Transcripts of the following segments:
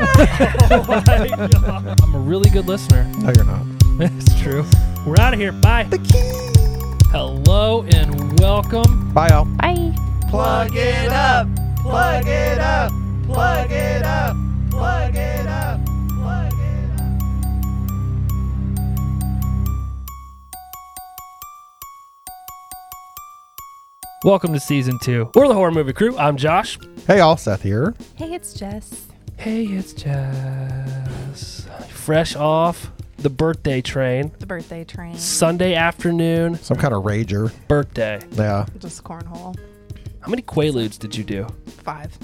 oh my God. I'm a really good listener. No, you're not. That's true. We're out of here. Bye. Hello and welcome. Bye, y'all. Bye. Plug it up. Plug it up. Plug it up. Plug it up. Plug it up. Welcome to season two. We're the horror movie crew. I'm Josh. Hey, y'all. Seth here. Hey, it's Jess. Hey, it's Jess. Fresh off the birthday train. The birthday train. Sunday afternoon Some kind of rager. birthday. Yeah. Just cornhole. How many Quaaludes did you do? Five.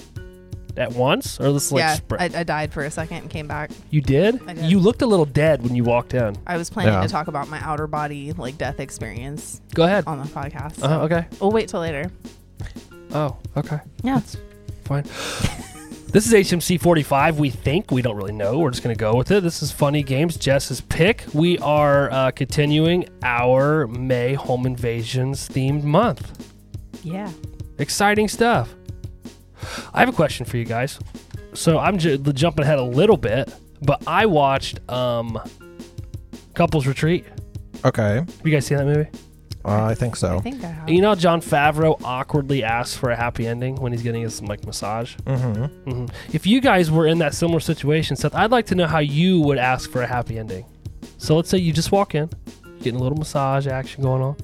At once? Or this like yeah, spread? I, I died for a second and came back. you did? I did. You looked a little dead when you walked in. I was planning Yeah. to talk about my outer body like death experience Go ahead. on the podcast. Uh, okay. We'll wait till later. Oh, okay. Yeah. Fine. this is HMC 45. We think. We don't really know. We're just going to go with it. This is Funny Games, Jess's pick. We are uh, continuing our May Home Invasions themed month. Yeah. Exciting stuff. I have a question for you guys. So I'm j- jumping ahead a little bit, but I watched um, Couples Retreat. Okay. Have you guys seen that movie? Uh, I think so. I think I have. You know, John Favreau awkwardly asks for a happy ending when he's getting his like massage. Mm-hmm. Mhm. If you guys were in that similar situation, Seth, I'd like to know how you would ask for a happy ending. So let's say you just walk in, getting a little massage action going on,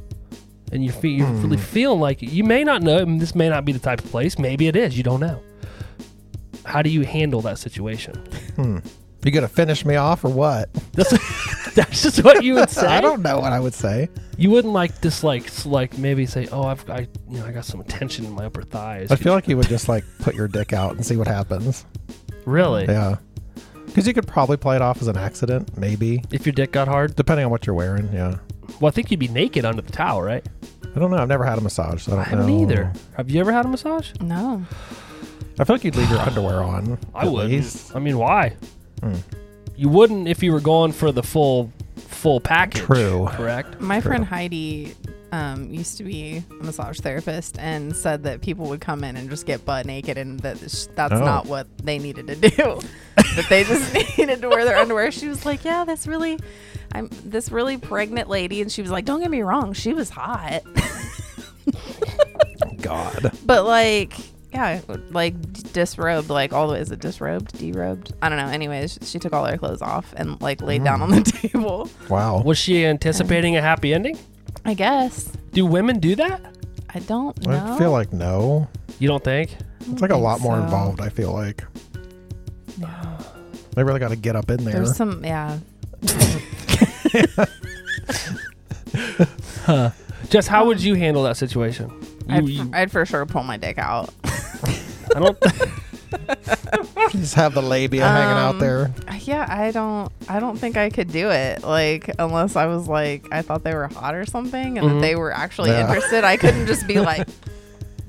and you feel, you're Hmm. really feeling like it. you may not know. and This may not be the type of place. Maybe it is. You don't know. How do you handle that situation? You gonna finish me off or what? That's, that's just what you would say. I don't know what I would say. You wouldn't like this, like, s- like maybe say, "Oh, I've, I, you know, I got some tension in my upper thighs." I feel like you would just like put your dick out and see what happens. really, Yeah. Because you could probably play it off as an accident, maybe, if your dick got hard, depending on what you're wearing. Yeah. well, I think you'd be naked under the towel, right? I don't know. I've never had a massage, so I don't I haven't know. either. Have you ever had a massage? No. I feel like you'd leave your underwear on. I at would. least. Hmm. I mean, why? You wouldn't if you were going for the full full package. True. Correct. My friend Heidi um, used to be a massage therapist and said that people would come in and just get butt naked and that sh- that's Oh. not what they needed to do. that they just needed to wear their underwear. She was like, "Yeah, that's really, I'm this really pregnant lady," and she was like, "Don't get me wrong, she was hot, God. but like." Yeah, like d- disrobed, like all the way. Is it disrobed? Derobed? I don't know. Anyways, she took all her clothes off and like laid Hmm. down on the table. Wow. Was she anticipating a happy ending? I guess. Do women do that? I don't know. I feel like no. You don't think? It's like a lot more so. involved, I feel like. They really got to get up in there. There's some, yeah. Jess, how would you handle that situation? You, I'd, you- I'd for sure pull my dick out. I don't. Just have the labia hanging Um, out there. yeah, I don't. I don't think I could do it. Like unless I was like, I thought they were hot or something, and that they were actually Yeah. interested. I couldn't just be like,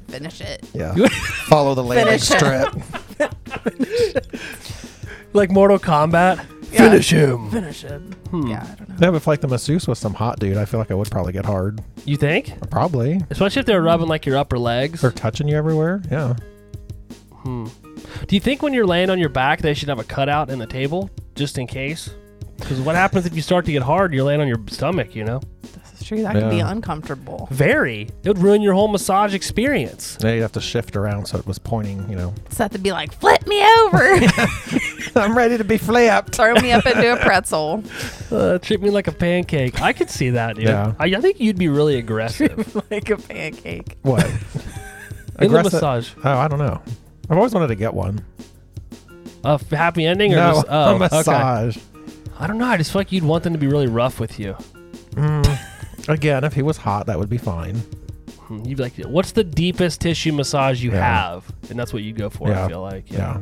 finish it. Yeah. Follow the labia Finish it. strip. like Mortal Kombat. Yeah. Finish him. Finish it. Hmm. Yeah, I don't know. yeah, but if like the masseuse was some hot dude, I feel like I would probably get hard. You think? Probably. Especially if they're rubbing like your upper legs. They're touching you everywhere. Yeah. Do you think when you're laying on your back, they should have a cutout in the table just in case? Because what happens if you start to get hard? You're laying on your stomach. You know. This is true. That could be Yeah. uncomfortable. Very. It would ruin your whole massage experience. Now you'd have to shift around so it was pointing, you know. Seth would be like, flip me over, I'm ready to be flipped. throw me up into a pretzel. Uh, treat me like a pancake. I could see that, dude. Yeah. I, I think you'd be really aggressive like a pancake. What? in the Aggressive- massage. Oh, I don't know. I've always wanted to get one. A f- happy ending or no, just, oh, a okay. massage. I don't know. I just feel like you'd want them to be really rough with you. Again, if he was hot, that would be fine. Hmm, You'd be like, "What's the deepest tissue massage you Yeah. have?" And that's what you go for. I feel like. Mm. Yeah.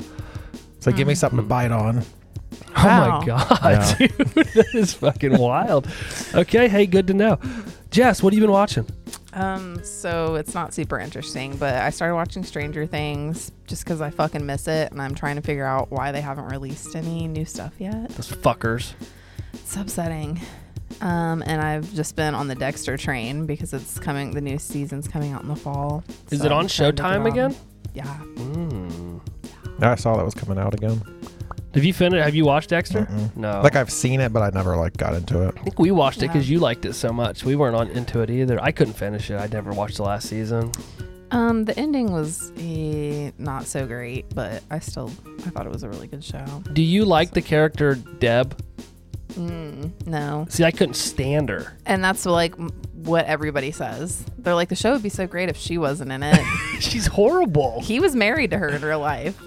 So give me something to bite on. Oh Wow. my god, dude, that is fucking wild. Okay, hey, good to know. Jess, what have you been watching? Um, so it's not super interesting, but I started watching Stranger Things just because I fucking miss it, and I'm trying to figure out why they haven't released any new stuff yet. Those fuckers. It's upsetting. Um, and I've just been on the Dexter train because it's coming. The new season's coming out in the fall. Is So it on I'm trying to get Showtime on. again? Yeah. Mm. I saw that was coming out again. Have you finished? Have you watched Dexter? Mm-mm. No. Like I've seen it, but I never like got into it. I think we watched it Yeah. because you liked it so much. We weren't on into it either. I couldn't finish it. I never watched the last season. Um, the ending was eh, not so great, but I still I thought it was a really good show. Do you like the character Deb? Mm, no, See, I couldn't stand her. and that's like m- what everybody says. They're like the show would be so great if she wasn't in it. She's horrible. he was married to her in real life.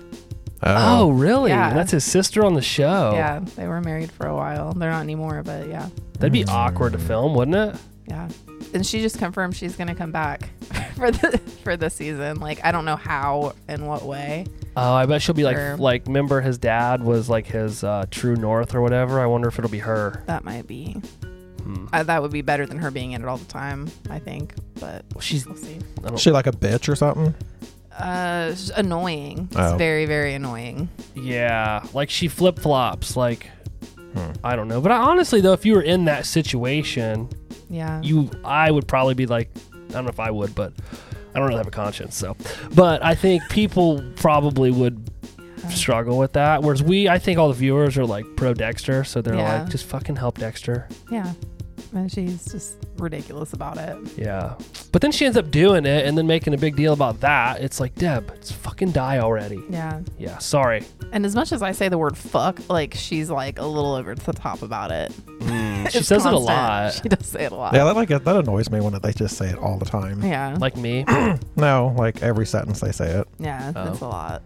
Uh, Oh, really? Yeah. And That's his sister on the show. Yeah, they were married for a while. They're not anymore, but yeah, That'd be awkward to film, wouldn't it? yeah. And she just confirmed she's gonna come back for the for the season. Like I don't know how and what way. Oh, I bet she'll be like, Sure. like, remember his dad was like his uh, true north or whatever. I wonder if it'll be her. That might be. Hmm. Uh, that would be better than her being in it all the time. I think, but Well, she's we'll see. I don't, Is she like a bitch or something? Uh, it's annoying. Oh. It's very, very annoying. yeah, like she flip flops. Like, Hmm. I don't know. But I, honestly, though, if you were in that situation, Yeah. you, I would probably be like, I don't know if I would, but I don't really have a conscience. So, but I think people probably would struggle with that. Whereas we, I think all the viewers are like pro Dexter, so they're Yeah. like, just fucking help Dexter. yeah. And she's just ridiculous about it. Yeah. But then she ends up doing it and then making a big deal about that. It's like, Deb, it's fucking die already. Yeah. Yeah, sorry. And as much as I say the word fuck, like she's like a little over the top about it. Mm. she It's says it a constant. lot. She does say it a lot. Yeah, that like that annoys me when they just say it all the time. Yeah. Like me. No, like every sentence they say it. yeah. Oh. That's a lot.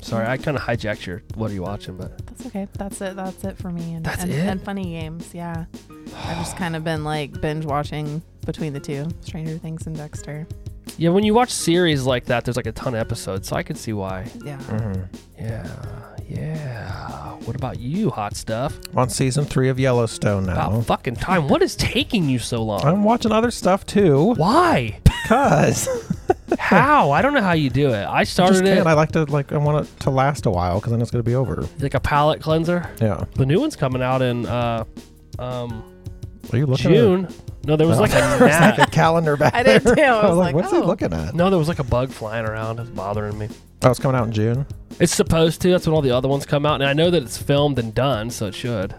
sorry, I kind of hijacked your what are you watching, but That's okay. That's it. That's it for me. And, That's and, it? and funny games. Yeah. I've just kind of been like binge watching between the two Stranger Things and Dexter. yeah, when you watch series like that, there's like a ton of episodes, so I could see why. Yeah. Mm-hmm. Yeah. Yeah. What about you, hot stuff? On season three of Yellowstone now. About fucking time. What is taking you so long? I'm watching other stuff too. why? Cause How? I don't know how you do it. I I just started can't. it I like to like I want it to last a while because then it's gonna be over. like a palate cleanser. Yeah. The new one's coming out in uh um Are you looking June. No, there was Oh. like a at a, gnat. like a calendar back I did there? too. I was like, like, what's oh. he looking at? No, there was like a bug flying around. It's bothering me. Oh, it's coming out in June. It's supposed to. That's when all the other ones come out. And I know that it's filmed and done, so it should.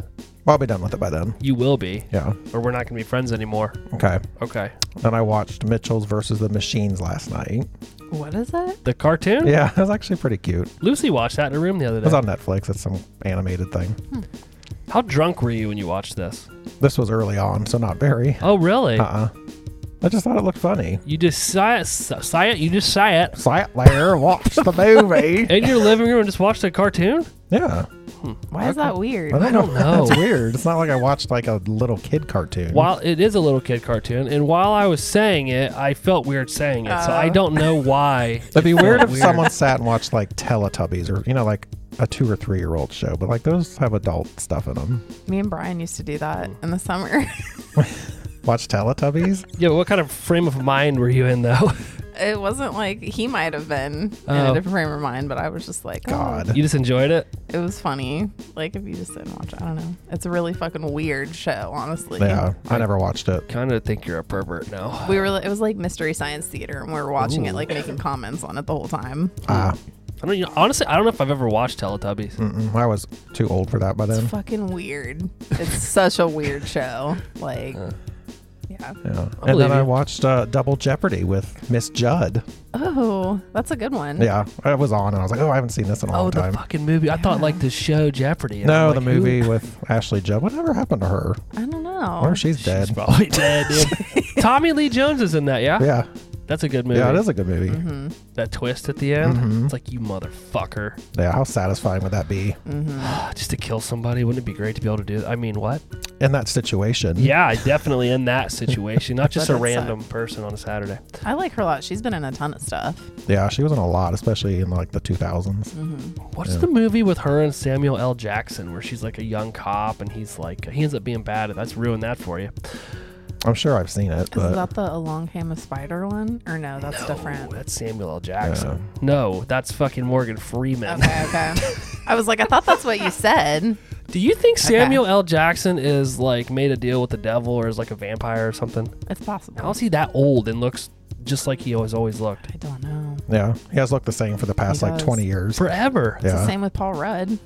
Well, I'll be done with it by then. You will be, Yeah. or we're not going to be friends anymore. Okay. Okay. Then I watched Mitchell's versus the Machines last night. What is it? The cartoon? Yeah, it was actually pretty cute. It Lucy watched that in her room the other was day. on Netflix. It's some animated thing. How drunk were you when you watched this? This was early on, so not very. Oh, really? Uh uh I just thought it looked funny. You just sigh it, sigh it, you just sigh it. Sat there, watched the movie. In your living room and just watched a cartoon? yeah. Hmm. Why is that weird? I don't know. That's weird. It's not like I watched like a little kid cartoon. While it is a little kid cartoon, and while I was saying it, I felt weird saying it, so I don't know why. It'd be weird if Weird. someone sat and watched like Teletubbies or you know like a two or three year old show, but like those have adult stuff in them. Me and Brian used to do that in the summer. Watch Teletubbies. Yeah, what kind of frame of mind were you in though? it wasn't like he might have been in Oh. a different frame of mind, but I was just like, oh, God. you just enjoyed it? it was funny. Like if you just didn't watch, it, I don't know. It's a really fucking weird show, honestly. Yeah, I never watched it. Kind of think you're a pervert now. We were. It was like Mystery Science Theater, and we were watching it, like making comments on it the whole time. Ah, I don't. You know, honestly, I don't know if I've ever watched Teletubbies. mm, I was too old for that by then. It's fucking weird. It's such a weird show. Like, yeah. Yeah. I And believe then I you. watched uh, Double Jeopardy with Miss Judd. Oh, that's a good one. Yeah, I was on and I was like, oh, I haven't seen this in a long Oh, the time. fucking movie! I thought like the show Jeopardy. and No, I'm the like, who- movie with Ashley Judd. Whatever happened to her? I don't know. Or she's dead. Oh, She's probably dead. dude. Tommy Lee Jones is in that. Yeah, yeah, that's a good movie. Mm-hmm. yeah, it is a Mm-hmm. good movie. That twist at the end. It's like you motherfucker. Ah, Yeah, how satisfying would that be? Mm. Just to kill somebody, wouldn't it be great to be able to do? That? I mean, what? in that situation. Yeah, definitely in that situation, not just a That does random person on a Saturday. I like her a lot. She's been in a ton of stuff. Yeah, she was in a lot, especially in like the 2000s. Mm-hmm. What's Yeah. the movie with her and Samuel L. Jackson where she's like a young cop and he's like he ends up being bad? That's ruined that for you. I'm sure I've seen it, Is but that the Along Came a Spider one? Or no, that's Oh, different. that's Samuel L. Jackson. No, that's fucking Morgan Freeman. Okay, okay. I was like, I thought that's what you said. Do you think Samuel L. Jackson is like made a deal with the devil or is like a vampire or something? It's possible. How's he that old and looks just like he always always looked? I don't know. yeah, he has looked the same for the past He like does. 20 years. Forever. It's the yeah, same with Paul Rudd.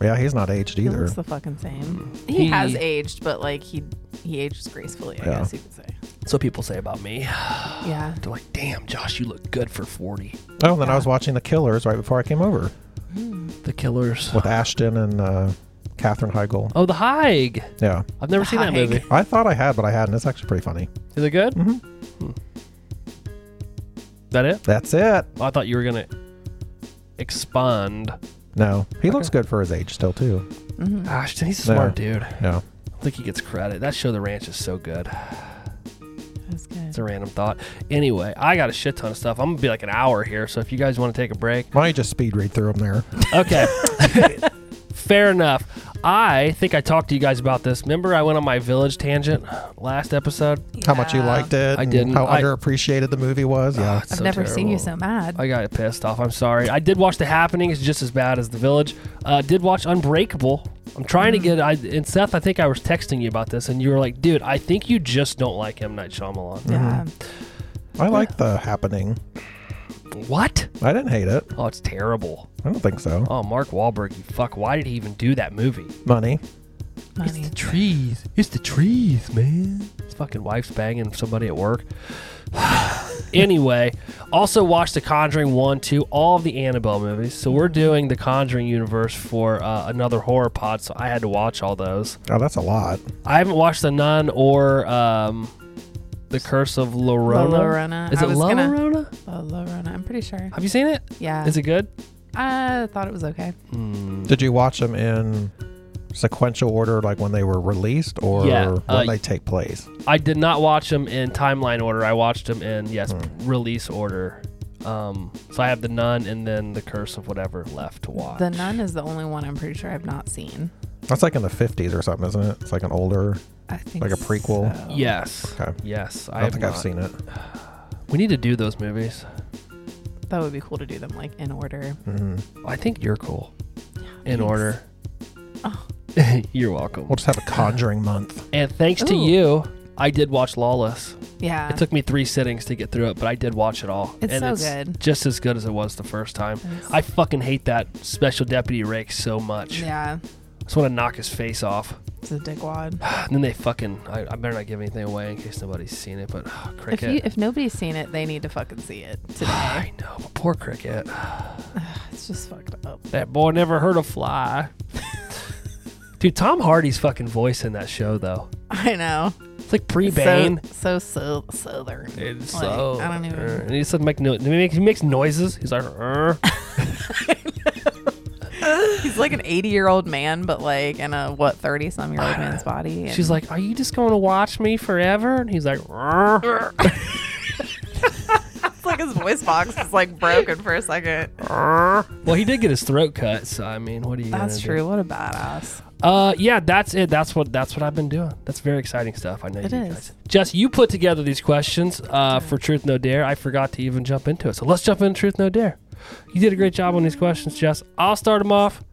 yeah, he's not aged He either. looks the fucking same. He, He- has aged, but like he he ages gracefully, I Yeah. guess you could say. That's what people say about me. Yeah. They're like, damn, Josh, you look good for 40. Oh, and then I was watching The Killers right before I came over The Killers. Oh. with Ashton and uh, Katherine Heigl. Oh, The Haig. Yeah, I've never The seen that Haig. movie. I thought I had, but I hadn't. It's actually pretty funny. Is it good? Mhm. Hmm. That it? That's it. I thought you were gonna expand. No, he looks good for his age still too. hmm Ashton, he's a Yeah. smart dude. Yeah, I think he gets credit. That show, The Ranch, is so good. That's good. It's a random thought. Anyway, I got a shit ton of stuff. I'm gonna be like an hour here, so if you guys want to take a break, why don't you just speed read through them there? okay. Fair enough. I think I talked to you guys about this. Remember, I went on my village tangent last episode. How much you Yeah. liked it? I and didn't. How I- underappreciated the movie was? Yeah. It's I've so never seen you terrible. so mad. I got pissed off. I'm sorry. I did watch The Happening. It's just as bad as The Village. Uh, did watch Unbreakable. I'm trying to get. I and Seth, I think I was texting you about this, and you were like, "Dude, I think you just don't like M Night Shyamalan." Mm-hmm. yeah. Ah. I liked the happening. What? I didn't hate it. Oh, it's terrible. I don't think so. Oh, Mark Wahlberg, you fuck. Why did he even do that movie? Money. Money. trees. It's the trees, man. His fucking wife's banging somebody at work. anyway, also watch The Conjuring 1, 2, all of the Annabelle movies. So we're doing The Conjuring universe for uh, another horror pod, so I had to watch all those. Oh, that's a lot. I haven't watched The Nun or um, The Curse of La Llorona. La Llorona. Is I it was La gonna- Llorona? Oh, Lorena, I'm pretty sure. Have you seen it? Yeah. Is it good? Hmm. I thought it was okay. Did you watch them in sequential order, like when they were released, or Yeah, when uh, they take place? I did not watch them in timeline order. I watched them in yes Hmm. release order. Um, so I have the Nun and then the Curse of whatever left to watch. The Nun is the only one I'm pretty sure I've not seen. That's like in the fifties or something, isn't it? It's like an older. I think Like a prequel? so. Yes. Okay. Yes. I I, don't have think I've not. seen it. We need to do those movies. That would be cool to do them like in order. hmm I think you're cool. in thanks. Oh. order. you're welcome. We'll just have a Conjuring month. And thanks to Ooh. you, I did watch Lawless. Yeah. It took me three sittings to get through it, but I did watch it all. It's and so it's good. Just as good as it was the first time. It's- I fucking hate that special deputy Rake so much. yeah. I just want to knock his face off. It's a dickwad. And then they fucking. I, I better not give anything away in case nobody's seen it, but oh, If you Cricket. if nobody's seen it, they need to fucking see it I today. know, but poor Cricket. it's just fucked up. That boy never heard a fly. Dude, Tom Hardy's fucking voice in that show, though. I know. It's like pre Bane. So so, so southern. It's Like, so. uh, I don't even- And he doesn't make no. He makes, he makes noises. He's like, "Uh." "Err." He's like an 80 year old man, but like in a what 30 some year old man's body. and- she's like, Are you just going to watch me forever? And he's like, "Uh." "Err." it's like his voice box is like broken for a second. Well, he did get his throat cut, so I mean, what do you. gonna That's do? true. What a badass. Uh, yeah, that's it. That's what that's what I've been doing. That's very exciting stuff. I know It you is. guys. Jess, you put together these questions uh, for Truth No Dare. I forgot to even jump into it, so let's jump into Truth No Dare. You did a great job on these questions, Jess. I'll start them off.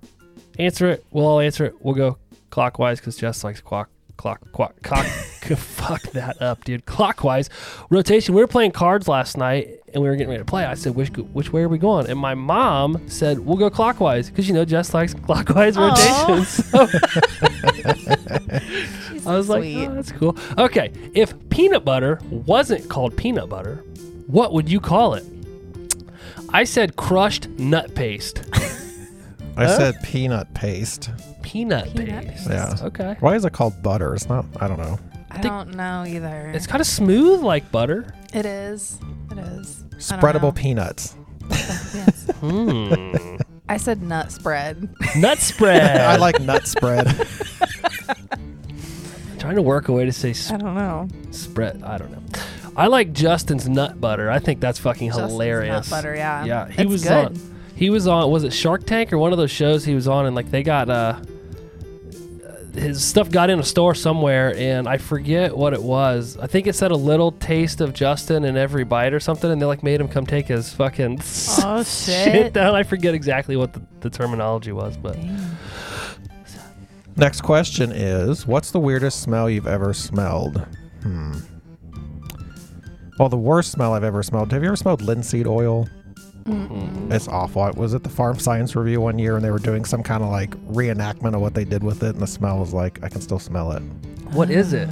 Answer it. We'll all answer it. We'll go clockwise because Jess likes clock, clock, clock, clock. fuck that up, dude. Clockwise rotation. We were playing cards last night and we were getting ready to play. I said, "Which which way are we going?" And my mom said, "We'll go clockwise because you know Jess likes clockwise Aw. rotations." So- I was like, Sweet. "Oh, that's cool. Okay, if peanut butter wasn't called peanut butter, what would you call it? I said crushed nut paste. I said peanut paste. Peanut, Peanut paste. Yeah. Okay. Why is it called butter? It's not. I don't know. I think- don't know either. It's kind of smooth like butter. It is. It is. I don't know. Spreadable peanuts. Yes. Hmm. I said nut spread. nut spread. I like nut spread. trying to work a way to say I don't know. spread. I don't know. I like Justin's nut butter. I think that's fucking Justin's hilarious. Nut butter, yeah. Yeah, he Um, It's was good. on. He was on. Was it Shark Tank or one of those shows he was on? And like they got uh, his stuff got in a store somewhere, and I forget what it was. I think it said a little taste of Justin in every bite or something, and they like made him come take his fucking Oh, shit shit. down. I forget exactly what the, the terminology was, but Next question is What's the weirdest smell you've ever smelled? Hmm. Well, the worst smell I've ever smelled. Have you ever smelled linseed oil? It's awful. It was at the Farm Science Review one year, and they were doing some kind of like reenactment of what they did with it, and the smell was like I can still smell it. what is it?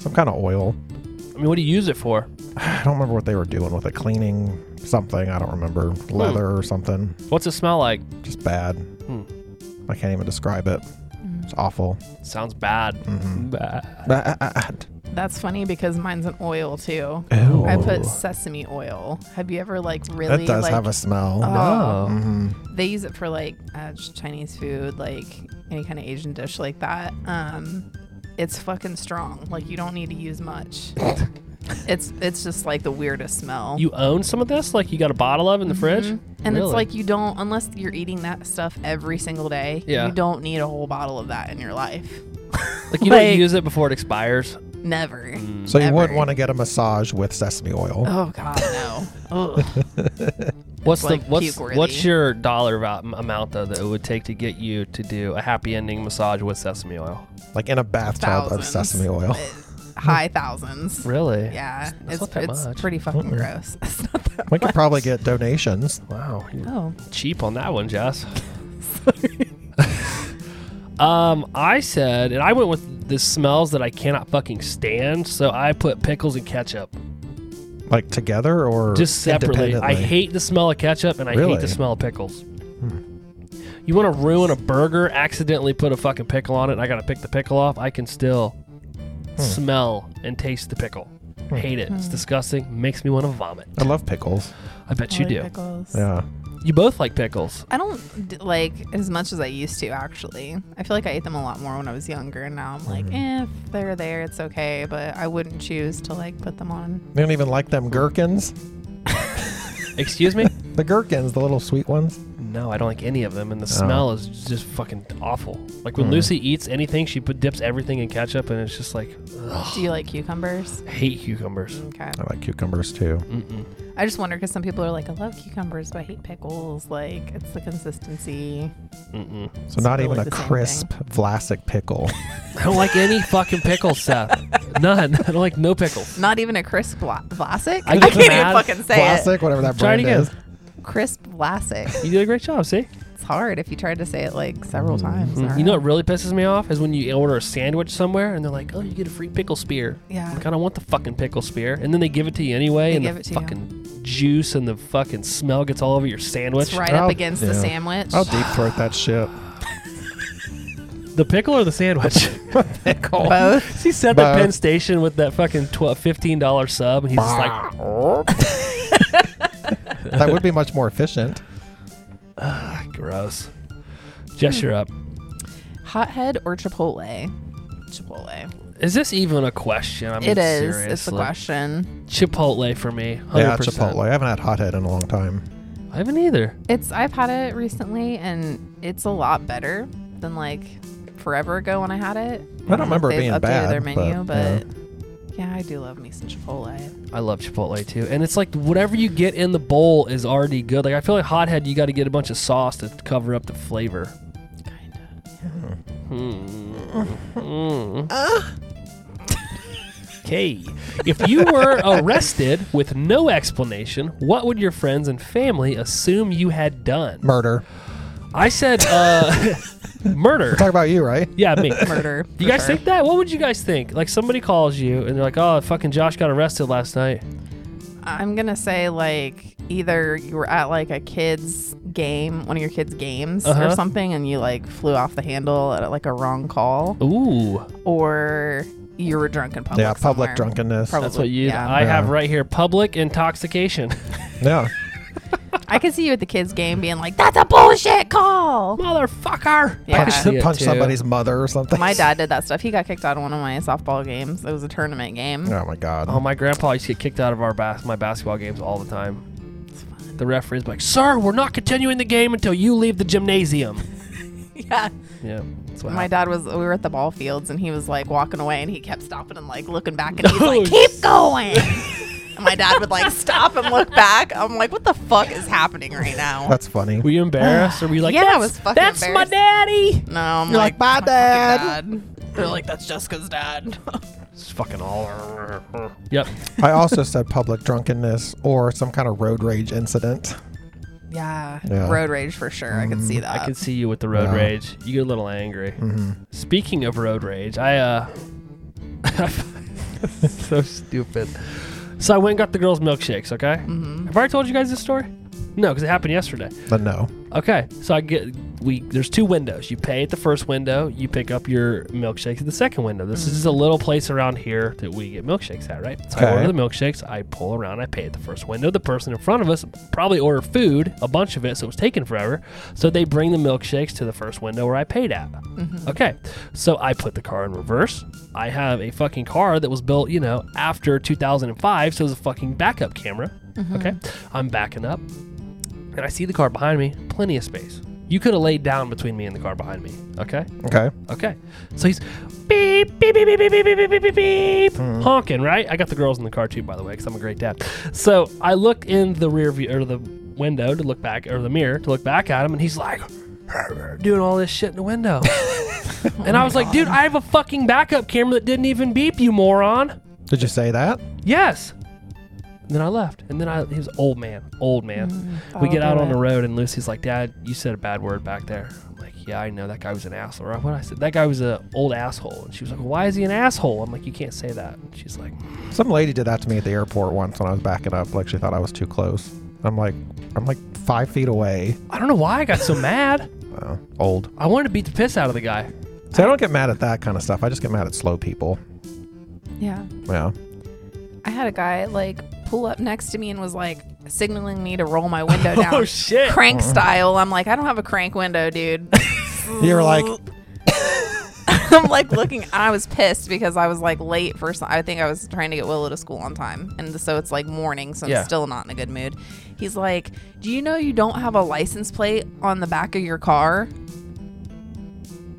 Some kind of oil. I mean, what do you use it for? I don't remember what they were doing with it. Cleaning something. I don't remember. Hmm. Leather or something. What's it smell like? Just bad. Hmm. I can't even describe it. It's awful. Sounds bad. Mhm. Bad. Bad. That's funny because mine's an oil too. Ew. Oh. I put sesame oil. Have you ever like really That does like have a smell. Oh. No. Mhm. they use it for like uh, just Chinese food, like any kind of Asian dish like that. Um, it's fucking strong. Like you don't need to use much. it's it's just like the weirdest smell. You own some of this? Like you got a bottle of in the fridge? Mhm. And Really? it's like you don't unless you're eating that stuff every single day. Yeah. You don't need a whole bottle of that in your life. Like you Like- don't use it before it expires. Never. Mm. So you wouldn't Ever. want to get a massage with sesame oil. Oh God, no. Ugh. What's like the what's puke-worthy. what's your dollar va- m- amount though that it would take to get you to do a happy ending massage with sesame oil? Like in a bathtub of Thousands. sesame oil. High thousands. Really? Yeah, That's it's, not that it's much. pretty fucking Mm-mm. gross. It's not that We could probably get donations. Wow, you're Oh, cheap on that one, Jess. um, I said, and I went with the smells that I cannot fucking stand. So I put pickles and ketchup Like together or just separately. I independently? hate the smell of ketchup and I hate Really? Hmm. the smell of pickles. You want to ruin a burger? Accidentally put a fucking pickle on it, and I gotta pick the pickle off. I can still Hmm. smell and taste the pickle. Hate it. It's disgusting. Makes me want to vomit. I love pickles. I bet you do. Pickles. Yeah. You both like pickles. I don't d- like as much as I used to. Actually, I feel like I ate them a lot more when I was younger, and now I'm like, Mm-hmm. eh, if they're there, it's okay. But I wouldn't choose to like put them on. You don't even like them gherkins? Excuse me? The gherkins, the little sweet ones. no, I don't like any of them, and the Oh. smell is just fucking awful. Like Hmm. when Lucy eats anything, she put dips everything in ketchup, and it's just like, ugh, Do you like cucumbers? I hate cucumbers. Okay. I like cucumbers too. Mm-mm. I just wonder because some people are like, I love cucumbers, but I hate pickles. Like it's the consistency. Mm-mm. So not really even a the same crisp Vlasic pickle. I don't like any fucking pickles, Seth. None. I don't like no pickles. Not even a crisp bla- vlasic. I I, get can't even mad. fucking say it. Vlasic, whatever that Try it brand is. Crisp vlasic. You did a great job. See, It's hard if you tried to say it like several times. in a Mm-hmm. you know row. what really pisses me off is when you order a sandwich somewhere and they're like, "Oh, you get a free pickle spear." Yeah. Like I don't want the fucking pickle spear, and then they give it to you anyway, They and give the it to you. fucking juice and the fucking smell gets all over your sandwich. It's right I'll- up against the yeah. sandwich. I'll deep throat that shit. The pickle or the sandwich? Pickle. Both. he said the Both. Penn Station with that fucking twelve, fifteen dollar sub, and he's just like, that would be much more efficient. "Ah, "Gross." Jess, you're up. Hothead or Chipotle? Chipotle. Is this even a question? I mean, It is. It's a seriously. question. Chipotle for me. 100%. Yeah, Chipotle. I haven't had hothead in a long time. I haven't either. It's I've had it recently and it's a lot better than like forever ago when I had it. I don't remember it They've being updated bad. their menu, yeah. but, yeah. I do love me some Chipotle. I love Chipotle too. And it's like whatever you get in the bowl is already good. Like I feel like hothead you got to get a bunch of sauce to cover up the flavor. Kinda. Okay. If you were arrested with no explanation, what would your friends and family assume you had done? Murder. I said uh murder. Talk about you, right? Yeah, me. Murder. You for guys sure. think that? What would you guys think? Like somebody calls you and they're like, "Oh, fucking Josh got arrested last night." I'm gonna say like either you were at like a kid's game, one of your kids' games Uh-huh. or something, and you like flew off the handle at like a wrong call, Ooh. or you were drunk in public. yeah, public somewhere. drunkenness. Probably. That's what you. Yeah. I have Yeah. right here public intoxication. Yeah. I could see you at the kids' game being like, "That's a bullshit call." motherfucker. Yeah. punch, See it punch too. somebody's mother or something. My dad did that stuff. He got kicked out of one of my softball games. It was a tournament game. Oh my god. Oh, my grandpa used to get kicked out of our bas- my basketball games all the time. The referee's like, "Sir, we're not continuing the game until you leave the gymnasium." Yeah. yeah, that's what My happened. dad was, we were at the ball fields and he was like walking away and he kept stopping and like looking back and he's like, keep going. and my dad would like stop and look back. I'm like, what the fuck is happening right now? That's funny. Were you embarrassed, or were you like, Yeah, I "That's- was fucking That's my embarrassed." daddy." No, I'm You're like, "My "That's fucking dad." They're like, that's Jessica's dad. It's fucking all. Yep. I also said public drunkenness or some kind of road rage incident. yeah. Yeah. Road rage for sure. I could see that. I can see you with the road Yeah. rage. You get a little angry. Speaking of road rage, I uh, so stupid. So I went and got the girls milkshakes. Okay, have I already told you guys this story? No, because it happened yesterday. But no. Okay, so I get we there's two windows. You pay at the first window, you pick up your milkshakes at the second window. This is just a little place around here that we get milkshakes at, right? So I Okay. order the milkshakes, I pull around, I pay at the first window. The person in front of us probably ordered food, a bunch of it, so it was taking forever. So they bring the milkshakes to the first window where I paid at. Okay, so I put the car in reverse. I have a fucking car that was built, you know, after 2005, so it was a fucking backup camera. Okay, I'm backing up and I see the car behind me, plenty of space. You could have laid down between me and the car behind me. Okay? Okay. Okay. So he's beep, beep, beep, beep, beep, beep, beep, beep, beep, beep, beep, honking, right? I got the girls in the car too, by the way, because I'm a great dad. So I look in the rear view or the window to look back, or the mirror to look back at him, and he's like doing all this shit in the window. and I was like, dude, I have a fucking backup camera that didn't even beep, you moron. Did you say that? Yes. And then I left. And then I he was old man, old man. Mm-hmm. we get out on the road and Lucy's like, Dad, you said a bad word back there. I'm like, Yeah, I know that guy was an asshole. Or What I said, that guy was an old asshole. And she was like, Why is he an asshole? I'm like, You can't say that. And she's like, Some lady did that to me at the airport once when I was backing up. Like she thought I was too close. I'm like, I'm like five feet away. I don't know why I got so mad. Uh, old. I wanted to beat the piss out of the guy. See, I don't get mad at that kind of stuff. I just get mad at slow people. yeah. Yeah. I had a guy like pull up next to me and was like signaling me to roll my window down. Oh shit. Crank style. I'm like, I don't have a crank window, dude. You were like, I'm like looking. I was pissed because I was like late for some. I think I was trying to get Willow to school on time, and so it's like morning, so I'm Yeah. still not in a good mood. He's like, "Do you know you don't have a license plate on the back of your car?"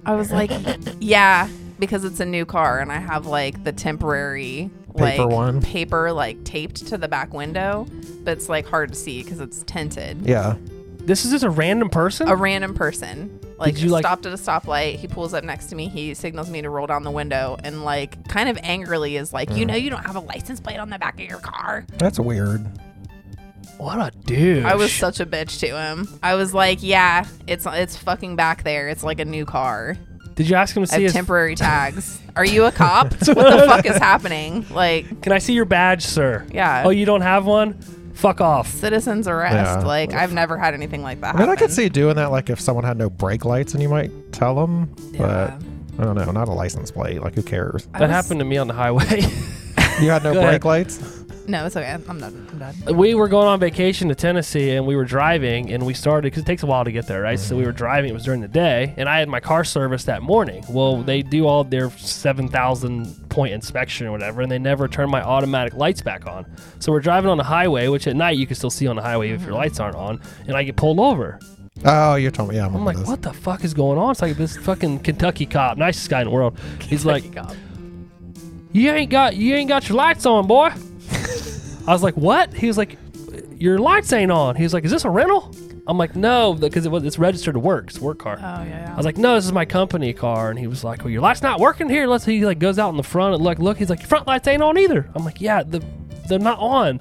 I was like, "Yeah." Because it's a new car, and I have like the temporary like Paper one? paper like taped to the back window, but it's like hard to see because it's tinted yeah. This is just a random person? a random person. Like you, like- stopped at a stoplight, he pulls up next to me, he signals me to roll down the window and like kind of angrily is like, Mm. You know you don't have a license plate on the back of your car. That's weird. what a dude. I was such a bitch to him. I was like, Yeah, it's it's fucking back there. It's like a new car. Did you ask him to I see have his temporary tags. Are you a cop? what the fuck is happening? Like Can I see your badge, sir? Yeah. Oh, you don't have one? Fuck off. citizens arrest. Yeah. like I've never had anything like that. I mean, I happen. could see doing that, like if someone had no brake lights, and you might tell them, Yeah. but I don't know, not a license plate. Like, who cares? I That was- happened to me on the highway. You had no Go ahead. brake lights. No, it's okay. I'm I'm done. I'm done. we were going on vacation to Tennessee and we were driving and we started because it takes a while to get there, right? So we were driving. It was during the day, and I had my car serviced that morning. Well, they do all their seven thousand point inspection or whatever, and they never turn my automatic lights back on. So we're driving on the highway, which at night you can still see on the highway if your lights aren't on, and I get pulled over. Oh, you're talking. Yeah, I remember I'm like, this. what the fuck is going on? It's like this fucking Kentucky cop, nicest guy in the world. He's like, you ain't got you ain't got your lights on, boy. I was like, what? He was like, your lights ain't on. He was like, is this a rental? I'm like, no, because it was it's registered to work. It's a work car. Oh yeah. I was like, no, this is my company car. And he was like, well, your light's not working here. Let's. He like goes out in the front and like, look, he's like, your front lights ain't on either. I'm like, yeah, the they're not on.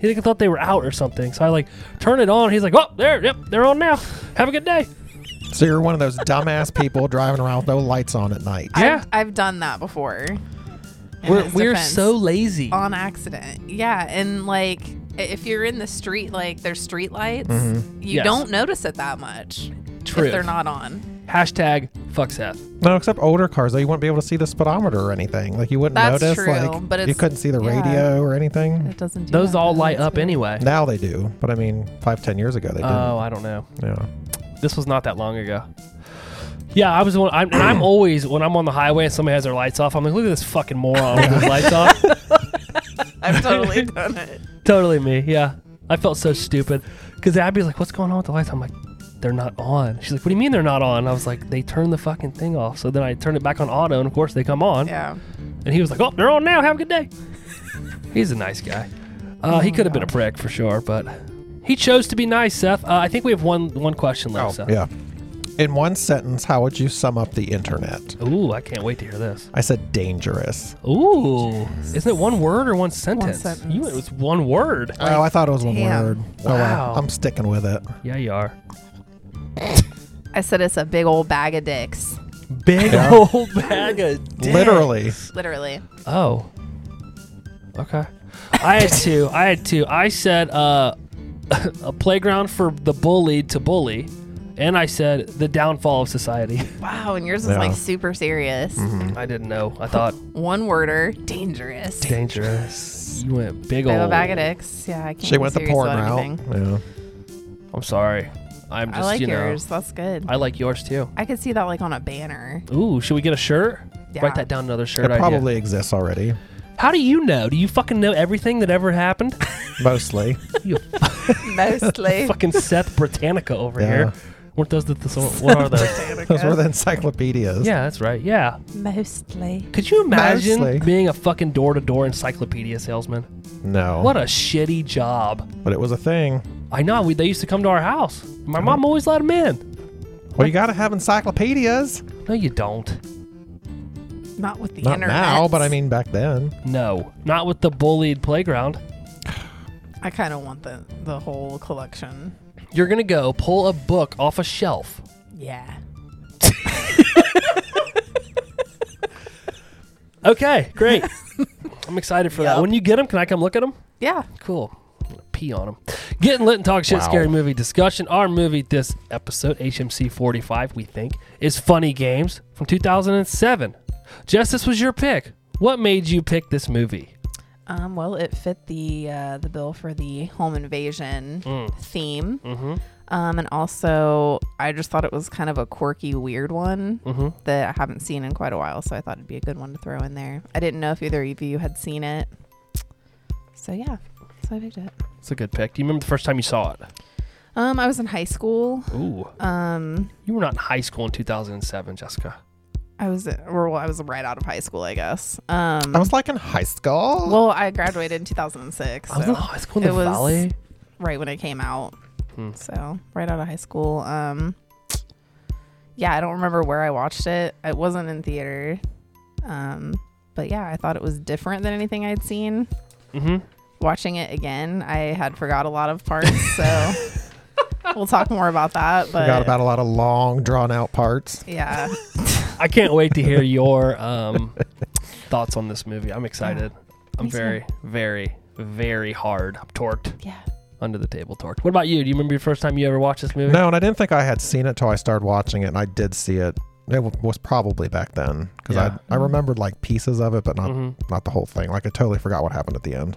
He like, thought they were out or something. So I like turn it on. He's like, oh, there, yep, they're on now. Have a good day. So you're one of those dumbass people driving around with no lights on at night. Yeah. I've, I've done that before. in We're, his we're defense. so lazy. on accident. Yeah, and like i- if you're in the street, like there's street lights, you Yes. don't notice it that much Mm-hmm. True. if they're not on. Hashtag fuck Seth. No, except older cars though, you wouldn't be able to see the speedometer or anything. Like you wouldn't That's notice. true, like but you it's- couldn't see the yeah. radio or anything. It doesn't. Do Those that all now. light It's up weird. anyway. Now they do, but I mean, five ten years ago they didn't. Oh, I don't know. yeah. This was not that long ago. Yeah, I was. the one- I'm, and I'm always when I'm on the highway and somebody has their lights off. I'm like, look at this fucking moron with his lights off. I've totally done it. Totally me. Yeah, I felt so stupid because Abby's like, "What's going on with the lights?" I'm like, "They're not on." She's like, "What do you mean they're not on?" I was like, "They turned the fucking thing off." So then I turned it back on auto, and of course they come on. Yeah. And he was like, "Oh, they're on now. Have a good day." He's a nice guy. Uh, he could have been a prick for sure, but he chose to be nice. Seth, uh, I think we have one one question left. Seth. Yeah. In one sentence, how would you sum up the internet? Ooh, I can't wait to hear this. I said dangerous. Ooh, isn't it one word or one sentence? sentence. You, it was one word. oh, I thought it was one damn. word. Oh, well, Wow. I'm sticking with it. Yeah, you are. I said it's a big old bag of dicks. Big Yeah. old bag of dicks. Literally. Literally. Oh. Okay. I had two. I had two. I said uh, a playground for the bullied to bully, and I said the downfall of society. Wow, and yours is Yeah. like super serious. I didn't know. I thought One worder, dangerous. dangerous. You went big Big old. old bag of dicks. Yeah, I can't She be went the serious porn about route. anything. Yeah. I'm sorry. I'm just I like you know. yours. That's good. I, I like yours too. could see that like on a banner. Ooh, should we get a shirt? Yeah. Write that down. Another shirt It idea. probably exists already, How do you know? Do you fucking know everything that ever happened? mostly. you Mostly. fucking Seth Britannica over Yeah. here. Weren't those the thesaurus? What are those? Those were the encyclopedias. Yeah, that's right. Yeah. Mostly. Could you imagine Mostly. being a fucking door to door encyclopedia salesman? No. What a shitty job. but it was a thing. I know. We, they used to come to our house. My mom always let them in. Well, you got to have encyclopedias. No, you don't. Not with the Not internet. now, but I mean back then. No, not with the bullied playground. I kind of want the the whole collection. You're going to go pull a book off a shelf. Yeah. Okay, great. I'm excited for that. When you get them, can I come look at them? Yeah. Cool. I'm gonna Pee on them. Getting lit and talk shit. Wow. Scary movie discussion. Our movie this episode, HMC 45, we think is Funny Games from 2007. Jess, this was your pick. What made you pick this movie? Um, well, it fit the uh, the bill for the home invasion Mm. theme, Mm-hmm. um, and also I just thought it was kind of a quirky, weird one Mm-hmm. that I haven't seen in quite a while, so I thought it'd be a good one to throw in there. I didn't know if either of you had seen it, so yeah, so I picked it. It's a good pick. Do you remember the first time you saw it? Um, I was in high school. Ooh, Um, you were not in high school in 2007, Jessica. I was or well, I was right out of high school, I guess. Um, I was like in high school. well, I graduated in 2006, I was in so high school in it the was- valley. right when it came out. Hmm. So right out of high school. Um, yeah, I don't remember where I watched it. It wasn't in theater. Um, but yeah, I thought it was different than anything I'd seen. Mm-hmm. Watching it again, I had forgot a lot of parts. So we'll talk more about that. But Forgot about a lot of long, drawn out parts. yeah, I can't wait to hear your um, thoughts on this movie. I'm excited. I'm me too. very, very, very hard. I'm torqued. yeah. under the table torque. What about you? Do you remember your first time you ever watched this movie? No, and I didn't think I had seen it till I started watching it, and I did see it. It w- was probably back then because Yeah. I I remembered like pieces of it, but not Mhm. not the whole thing. Like I totally forgot what happened at the end.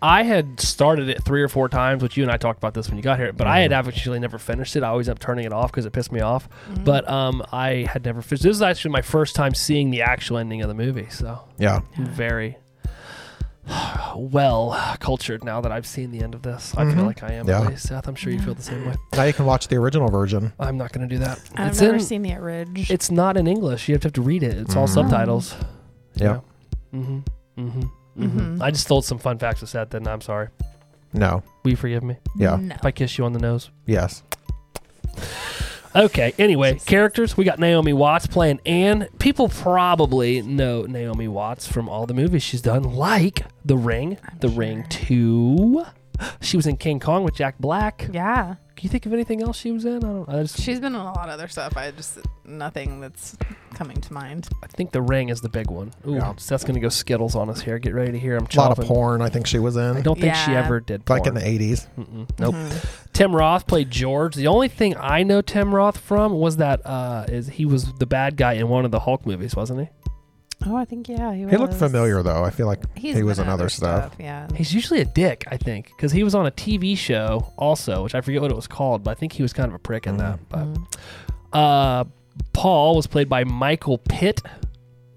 I had started it three or four times, which you and I talked about this when you got here, but I had Mm-hmm. actually never finished it. I always up turning it off because it pissed me off. Mm-hmm. But um, I had never finished. This is actually my first time seeing the actual ending of the movie, so Yeah, Mm, I'm very well cultured now that I've seen the end of this. I feel like I am. Mm-hmm. Yeah. Yeah. Seth, I'm sure you feel the same way. now you can watch the original version. I'm not going to do that. I've it's never in. seen the Ridge. it's not in English. You have to have to read it. It's all Mhm. subtitles. Yeah. Mm-hmm. Mm-hmm. Mhm. Mm-hmm. I just stole some fun facts with Seth, didn't I? I'm sorry. No. Will you forgive me Yeah. No. if I kiss you on the nose? Yes. Okay. Anyway, Jesus. characters. We got Naomi Watts playing Anne. People probably know Naomi Watts from all the movies she's done, like The Ring, The Ring Two. She was in King Kong with Jack Black. Yeah, Can you think of anything else she was in? I don't. I just. she's been in a lot of other stuff. I just nothing that's coming to mind. I think The Ring is the big one. Ooh, Yeah. Seth's gonna go Skittles on us here. Get ready to hear him. A lot chomping. of porn. I think she was I in don't think she Yeah. ever did. like porn. in the eighties. Mm-mm. Nope. Mm-hmm. Tim Roth played George. The only thing I know Tim Roth from was that uh, is he was the bad guy in one of the Hulk movies, wasn't he? Oh, I think yeah, he was. He looked familiar though. I feel like He's he was been in in other stuff. Yeah. He's usually a dick, I think, because he was on a TV show also, which I forget what it was called, but I think he was kind of a prick in that. But Mm. uh, Paul was played by Michael Pitt,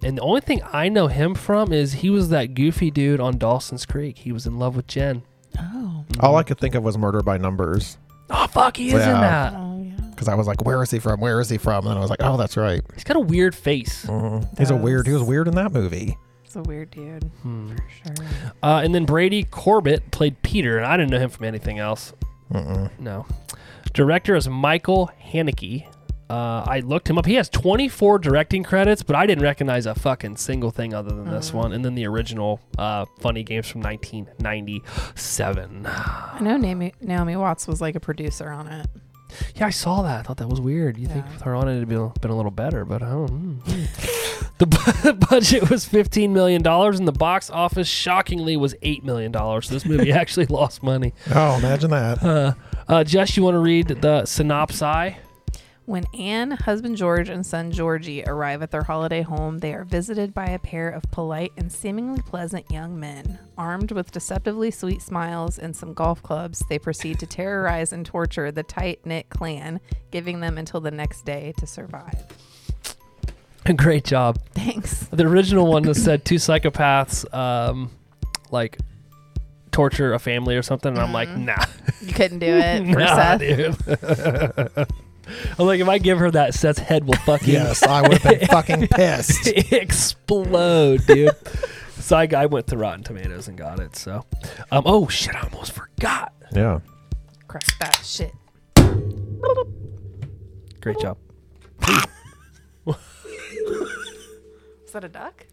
and the only thing I know him from is he was that goofy dude on Dawson's Creek. He was in love with Jen. Oh. All Mm-hmm. I could think of was Murder by Numbers Oh fuck, he is Yeah. in that. Oh yeah. because I was like, "Where is he from? Where is he from?" And I was like, "Oh, that's right. He's got a weird face. Mhm. He's a weird. He was weird in that movie." He's a weird dude. Hmm. For sure. Uh, and then Brady Corbett played Peter, and I didn't know him from anything else. Mm-mm. No. Director is Michael Haneke. Uh, I looked him up. He has 24 directing credits, but I didn't recognize a fucking single thing other than this one. And then the original uh, Funny Games from 1997. I know Naomi, Naomi Watts was like a producer on it. Yeah, I saw that. I thought that was weird. You think Yeah. with her on it, it'd been, been a little better, but I don't know. the bu- budget was $15 million, and the box office, shockingly, was $8 million. So this movie actually lost money. Oh, imagine that. Uh, uh, Jess, you want to read the synopsis? When Anne, husband George, and son Georgie arrive at their holiday home, they are visited by a pair of polite and seemingly pleasant young men. Armed with deceptively sweet smiles and some golf clubs, they proceed to terrorize and torture the tight knit clan, giving them until the next day to survive. Great job. Thanks. The original one was said two psychopaths, um, like torture a family or something, and I'm like, nah, You couldn't do it for nah, Seth. dude. I'm like, if I give her that, Seth's head will fucking yes, I would have been fucking pissed. explode, dude. so I, I went to Rotten Tomatoes and got it. So, um, oh shit, I almost forgot. Yeah. Crush that shit. Great job. Is that a duck?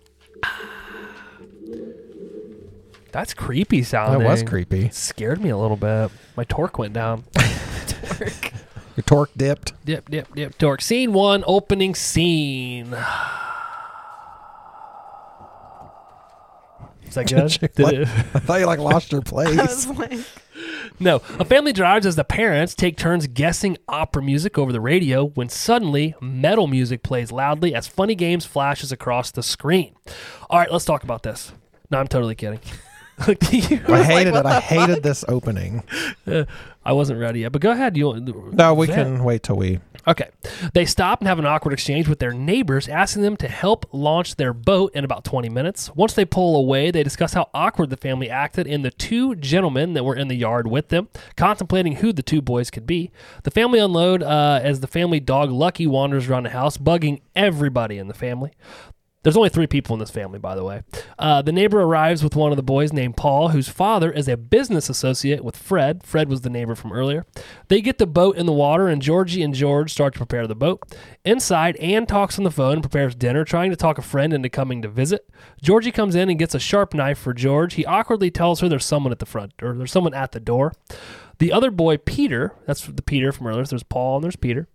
That's creepy sounding. That was creepy. Scared me a little bit. My torque went down. Your torque dipped. Dip, dip, dip, dork. Scene one, opening scene. Is that good? Did you- Did what? it- I thought you like lost your I place. was like, no. A family drives as the parents take turns guessing opera music over the radio when suddenly metal music plays loudly as Funny Games flashes across the screen. All right, let's talk about this. No, I'm totally kidding. I hated it. I hated this opening. I wasn't ready yet, but go ahead. You No, we Vet. can wait till we. Okay. They stop and have an awkward exchange with their neighbors, asking them to help launch their boat in about 20 minutes. Once they pull away, they discuss how awkward the family acted and the two gentlemen that were in the yard with them, contemplating who the two boys could be. The family unload uh, as the family dog Lucky wanders around the house, bugging everybody in the family. There's only three people in this family, by the way. Uh, the neighbor arrives with one of the boys named Paul, whose father is a business associate with Fred. Fred was the neighbor from earlier. They get the boat in the water, and Georgie and George start to prepare the boat. Inside, Anne talks on the phone and prepares dinner, trying to talk a friend into coming to visit. Georgie comes in and gets a sharp knife for George. He awkwardly tells her there's someone at the front, or there's someone at the door. The other boy, Peter, that's the Peter from earlier. There's Paul and there's Peter.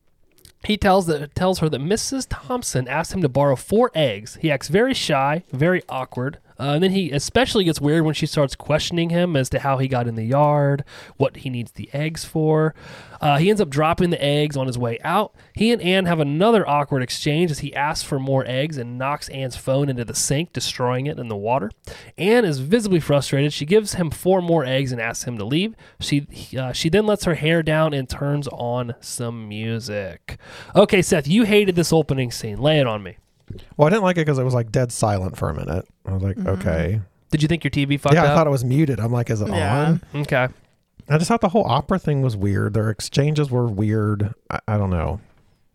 He tells that tells her that Mrs. Thompson asked him to borrow four eggs. He acts very shy, very awkward, uh, and then he especially gets weird when she starts questioning him as to how he got in the yard, what he needs the eggs for. Uh, he ends up dropping the eggs on his way out. He and Anne have another awkward exchange as he asks for more eggs and knocks Anne's phone into the sink, destroying it in the water. Anne is visibly frustrated. She gives him four more eggs and asks him to leave. She uh, she then lets her hair down and turns on some music. Okay, Seth, you hated this opening scene. Lay it on me. Well, I didn't like it because it was like dead silent for a minute. I was like, Mm-hmm. okay. Did you think your TV fucked yeah, I up? thought it was muted. I'm like, is it Yeah. on? okay. I just thought the whole opera thing was weird. Their exchanges were weird. I, I don't know.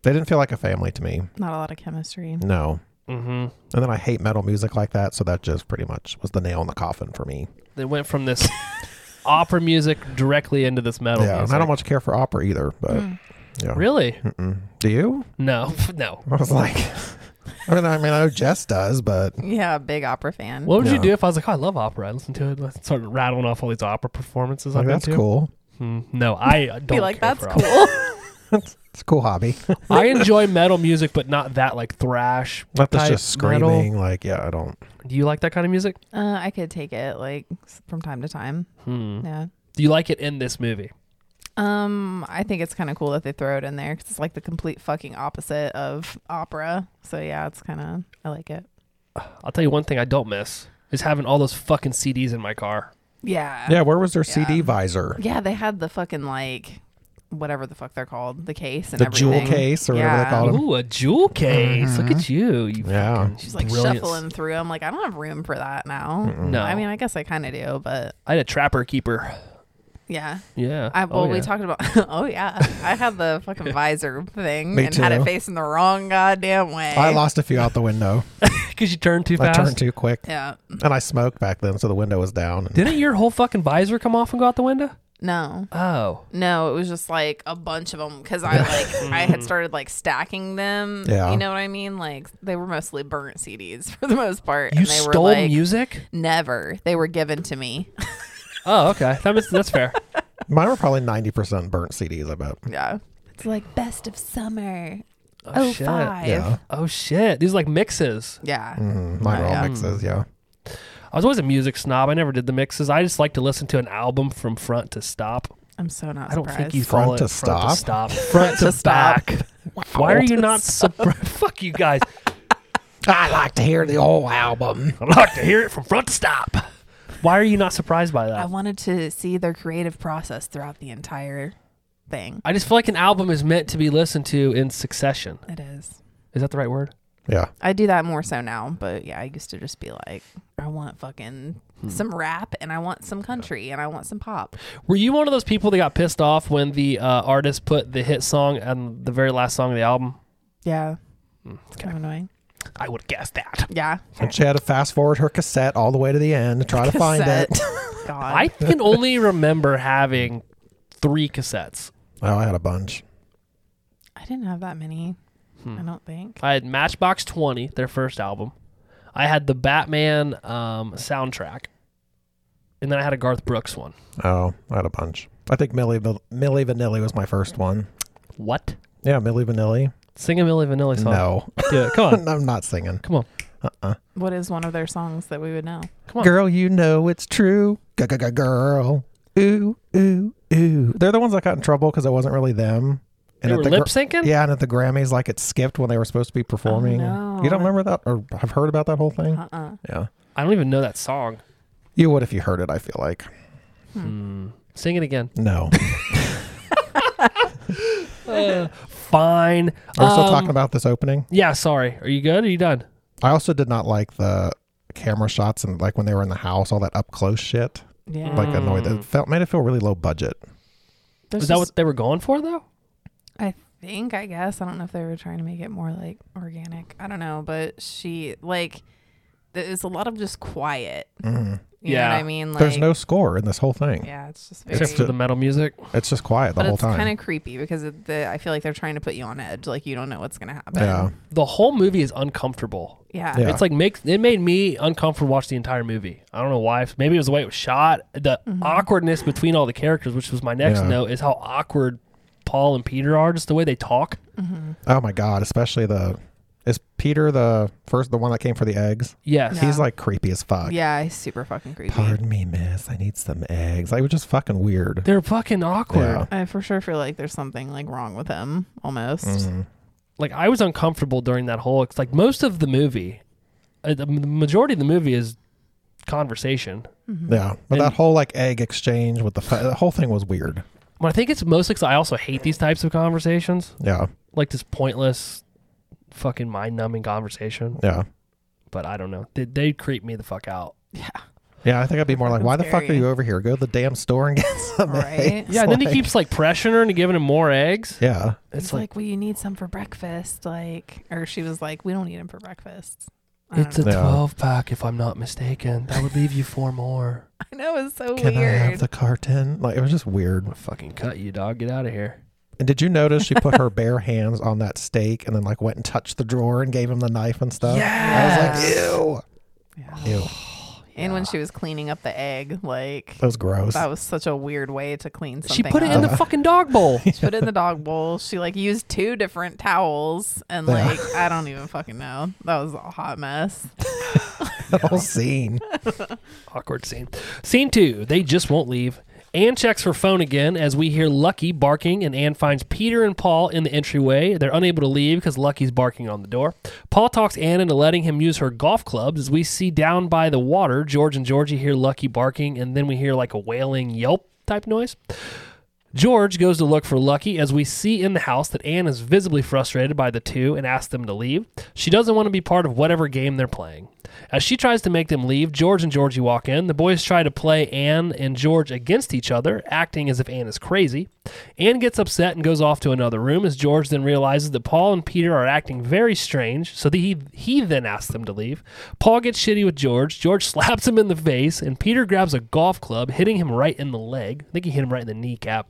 They didn't feel like a family to me. not a lot of chemistry. No. Mm-hmm. And then I hate metal music like that, so that just pretty much was the nail in the coffin for me. They went from this opera music directly into this metal. yeah, and music. I don't much care for opera either. But yeah, Really? Mm-mm. do you? No, no. I was like, I mean, I mean, I know Jess does, but Yeah, big opera fan. What would you No. do if I was like, oh, I love opera? I listen to it. and I started rattling off all these opera performances. like, I've been that's to. cool. Hmm, no, I don't. Be like, care that's for opera." cool. It's a cool hobby. I enjoy metal music, but not that like thrash. Not this type just metal. screaming. Like, yeah, I don't. Do you like that kind of music? Uh, I could take it like s- from time to time. Hmm. Yeah. Do you like it in this movie? Um, I think it's kind of cool that they throw it in there because it's like the complete fucking opposite of opera. So yeah, it's kind of I like it. I'll tell you one thing I don't miss is having all those fucking CDs in my car. Yeah. Uh, Yeah, where was their CD Yeah. visor? Yeah, they had the fucking like whatever the fuck they're called, the case and The jewel everything. case or whatever they call it. Ooh, a jewel case. Look at you. you Mm-hmm. Yeah. fucking She's like brilliant. shuffling through. I'm like, I don't have room for that now. Mm. No. I mean, I guess I kind of do, but I had a trapper keeper. yeah. Yeah. I well, Oh, we yeah. talked about. oh yeah, I had the fucking visor thing Me and had too. it facing the wrong goddamn way. I lost a few out the window. Because you turned too I fast. turned too quick. Yeah. And I smoked back then, so the window was down. Didn't your whole fucking visor come off and go out the window? No. Oh. No, it was just like a bunch of them because I like I had started like stacking them. Yeah. You know what I mean? Like they were mostly burnt CDs for the most part. You and they stole were like, music? Never. They were given to me. Oh, okay. That was, that's fair. Mine were probably 90% burnt CDs, I bet. yeah. It's like best of summer. Oh, shit. five. Yeah. Oh, shit. These are like mixes. Yeah. Mm, mine were all Yeah. mixes, yeah. I was always a music snob. I never did the mixes. I just like to listen to an album from front to stop. I'm so not I don't surprised. think you Front call to it front to stop. Front Front to to stop. back. Why are you not surprised? Fuck you guys. I like to hear the whole album. I'd like to hear it from front to stop. Why are you not surprised by I that? wanted to see their creative process throughout the entire thing. I just feel like an album is meant to be listened to in succession. It is. Is that the right word? Yeah. I do that more so now, but yeah, I used to just be like, I want fucking Hmm. some rap and I want some country and I want some pop. Were you one of those people that got pissed off when the uh, artist put the hit song on the very last song of the album? Yeah. Hmm. It's kind of annoying. I would guess that. Yeah. And she had to fast forward her cassette all the way to the end to try to find it. Cassette. God. I can only remember having three cassettes. Oh, I had a bunch. I didn't have that many. Hmm. I don't think. I had Matchbox 20, their first album. I had the Batman um, soundtrack. And then I had a Garth Brooks one. Oh, I had a bunch. I think Millie, Vil- Millie Vanilli was my first one. What? Yeah, Millie Vanilli. Sing a Milli Vanilli song. No, Do it. Come on. I'm not singing. Come on. What is one of their songs that we would know? Come on. Girl, you know it's true. Girl. Ooh, ooh, ooh. They're the ones that got in trouble because it wasn't really them. They were Oh, at the lip Gr- syncing? Yeah, and at the Grammys, like it skipped when they were supposed to be performing. no. You don't remember that, or have heard about that whole thing? Uh-huh. Uh uh Yeah, I don't even know that song. you would if you heard it. I feel like Hmm. Sing it again. no, Eh, Fine. are we still Um, talking about this opening? Yeah, sorry. Are you good? Are you done? I also did not like the camera shots and like when they were in the house, all that up close shit. Yeah. Like annoyed. Mm. It felt made it feel really low budget. There's Is that just- what they were going for, though? I think, I guess. I don't know if they were trying to make it more like organic. I don't know, but she like there's a lot of just quiet. You Yeah. know what I mean? Like Mm. There's no score in this whole thing. Yeah, it's just very Except for the metal music. It's just quiet the but whole it's time. kind of creepy because it, the, I feel like they're trying to put you on edge. Like you don't know what's gonna happen. yeah, The whole movie is uncomfortable. Yeah. Yeah. It's like makes it made me uncomfortable to watch the entire movie. I don't know why. Maybe it was the way it was shot. The awkwardness between all the characters, which was my next Yeah. note, is how awkward Paul and Peter are. Just the way they talk. Mm-hmm. Oh my god, especially the is Peter the first the one that came for the eggs? Yes. Yeah. He's like creepy as fuck. Yeah, it's super fucking creepy. Pardon me, miss. I need some eggs. Like, it was just fucking weird. Mm. They're fucking awkward. Yeah. I for sure feel like there's something like wrong with him almost. Mm. Like I was uncomfortable during that whole. It's like most of the movie, uh, the m- the majority of the movie is conversation. Mm-hmm. Yeah, but that And- whole like egg exchange with the fa- the whole thing was weird. But I think it's mostly because I also hate these types of conversations, Yeah, like this pointless, fucking mind-numbing conversation. yeah, But I don't know. They, they creep me the fuck out. yeah. I think I'd be more like, Fucking why the fuck are scary. you over here? Go to the damn store and get some Right? eggs. Yeah, and then he Like- keeps like pressuring her and giving him more eggs. Yeah, It's It's like, like, well, you need some for breakfast, like, or she was like, we don't need them for breakfast. I, it's it's a know. know. Yeah. 12 pack, if I'm not mistaken. That would leave you four more. I know it's so can I have weird. the carton? Like, it was just weird. I'm gonna fucking cut you, dog. Get out of here. And did you notice she put her bare hands on that steak and then like went and touched the drawer and gave him the knife and stuff? I was like, ew, ew. And when she was cleaning up the egg, like That was gross. that was such a weird way to clean something. She put it in the up. fucking dog bowl. She put it in the dog bowl. She like used two different towels, and Yeah. like I don't even fucking know. That was a hot mess. that whole scene. Awkward scene. Scene two. They just won't leave. Anne checks her phone again as we hear Lucky barking, and Anne finds Peter and Paul in the entryway. They're unable to leave because Lucky's barking on the door. Paul talks Anne into letting him use her golf clubs as we see down by the water. George and Georgie hear Lucky barking, and then we hear like a wailing yelp type noise. George goes to look for Lucky as we see in the house that Anne is visibly frustrated by the two and asks them to leave. She doesn't want to be part of whatever game they're playing. As she tries to make them leave, George and Georgie walk in. The boys try to play Anne and George against each other, acting as if Anne is crazy. Anne gets upset and goes off to another room as George then realizes that Paul and Peter are acting very strange, so that he, he then asks them to leave. Paul gets shitty with George. George slaps him in the face, and Peter grabs a golf club, hitting him right in the leg. I think he hit him right in the kneecap.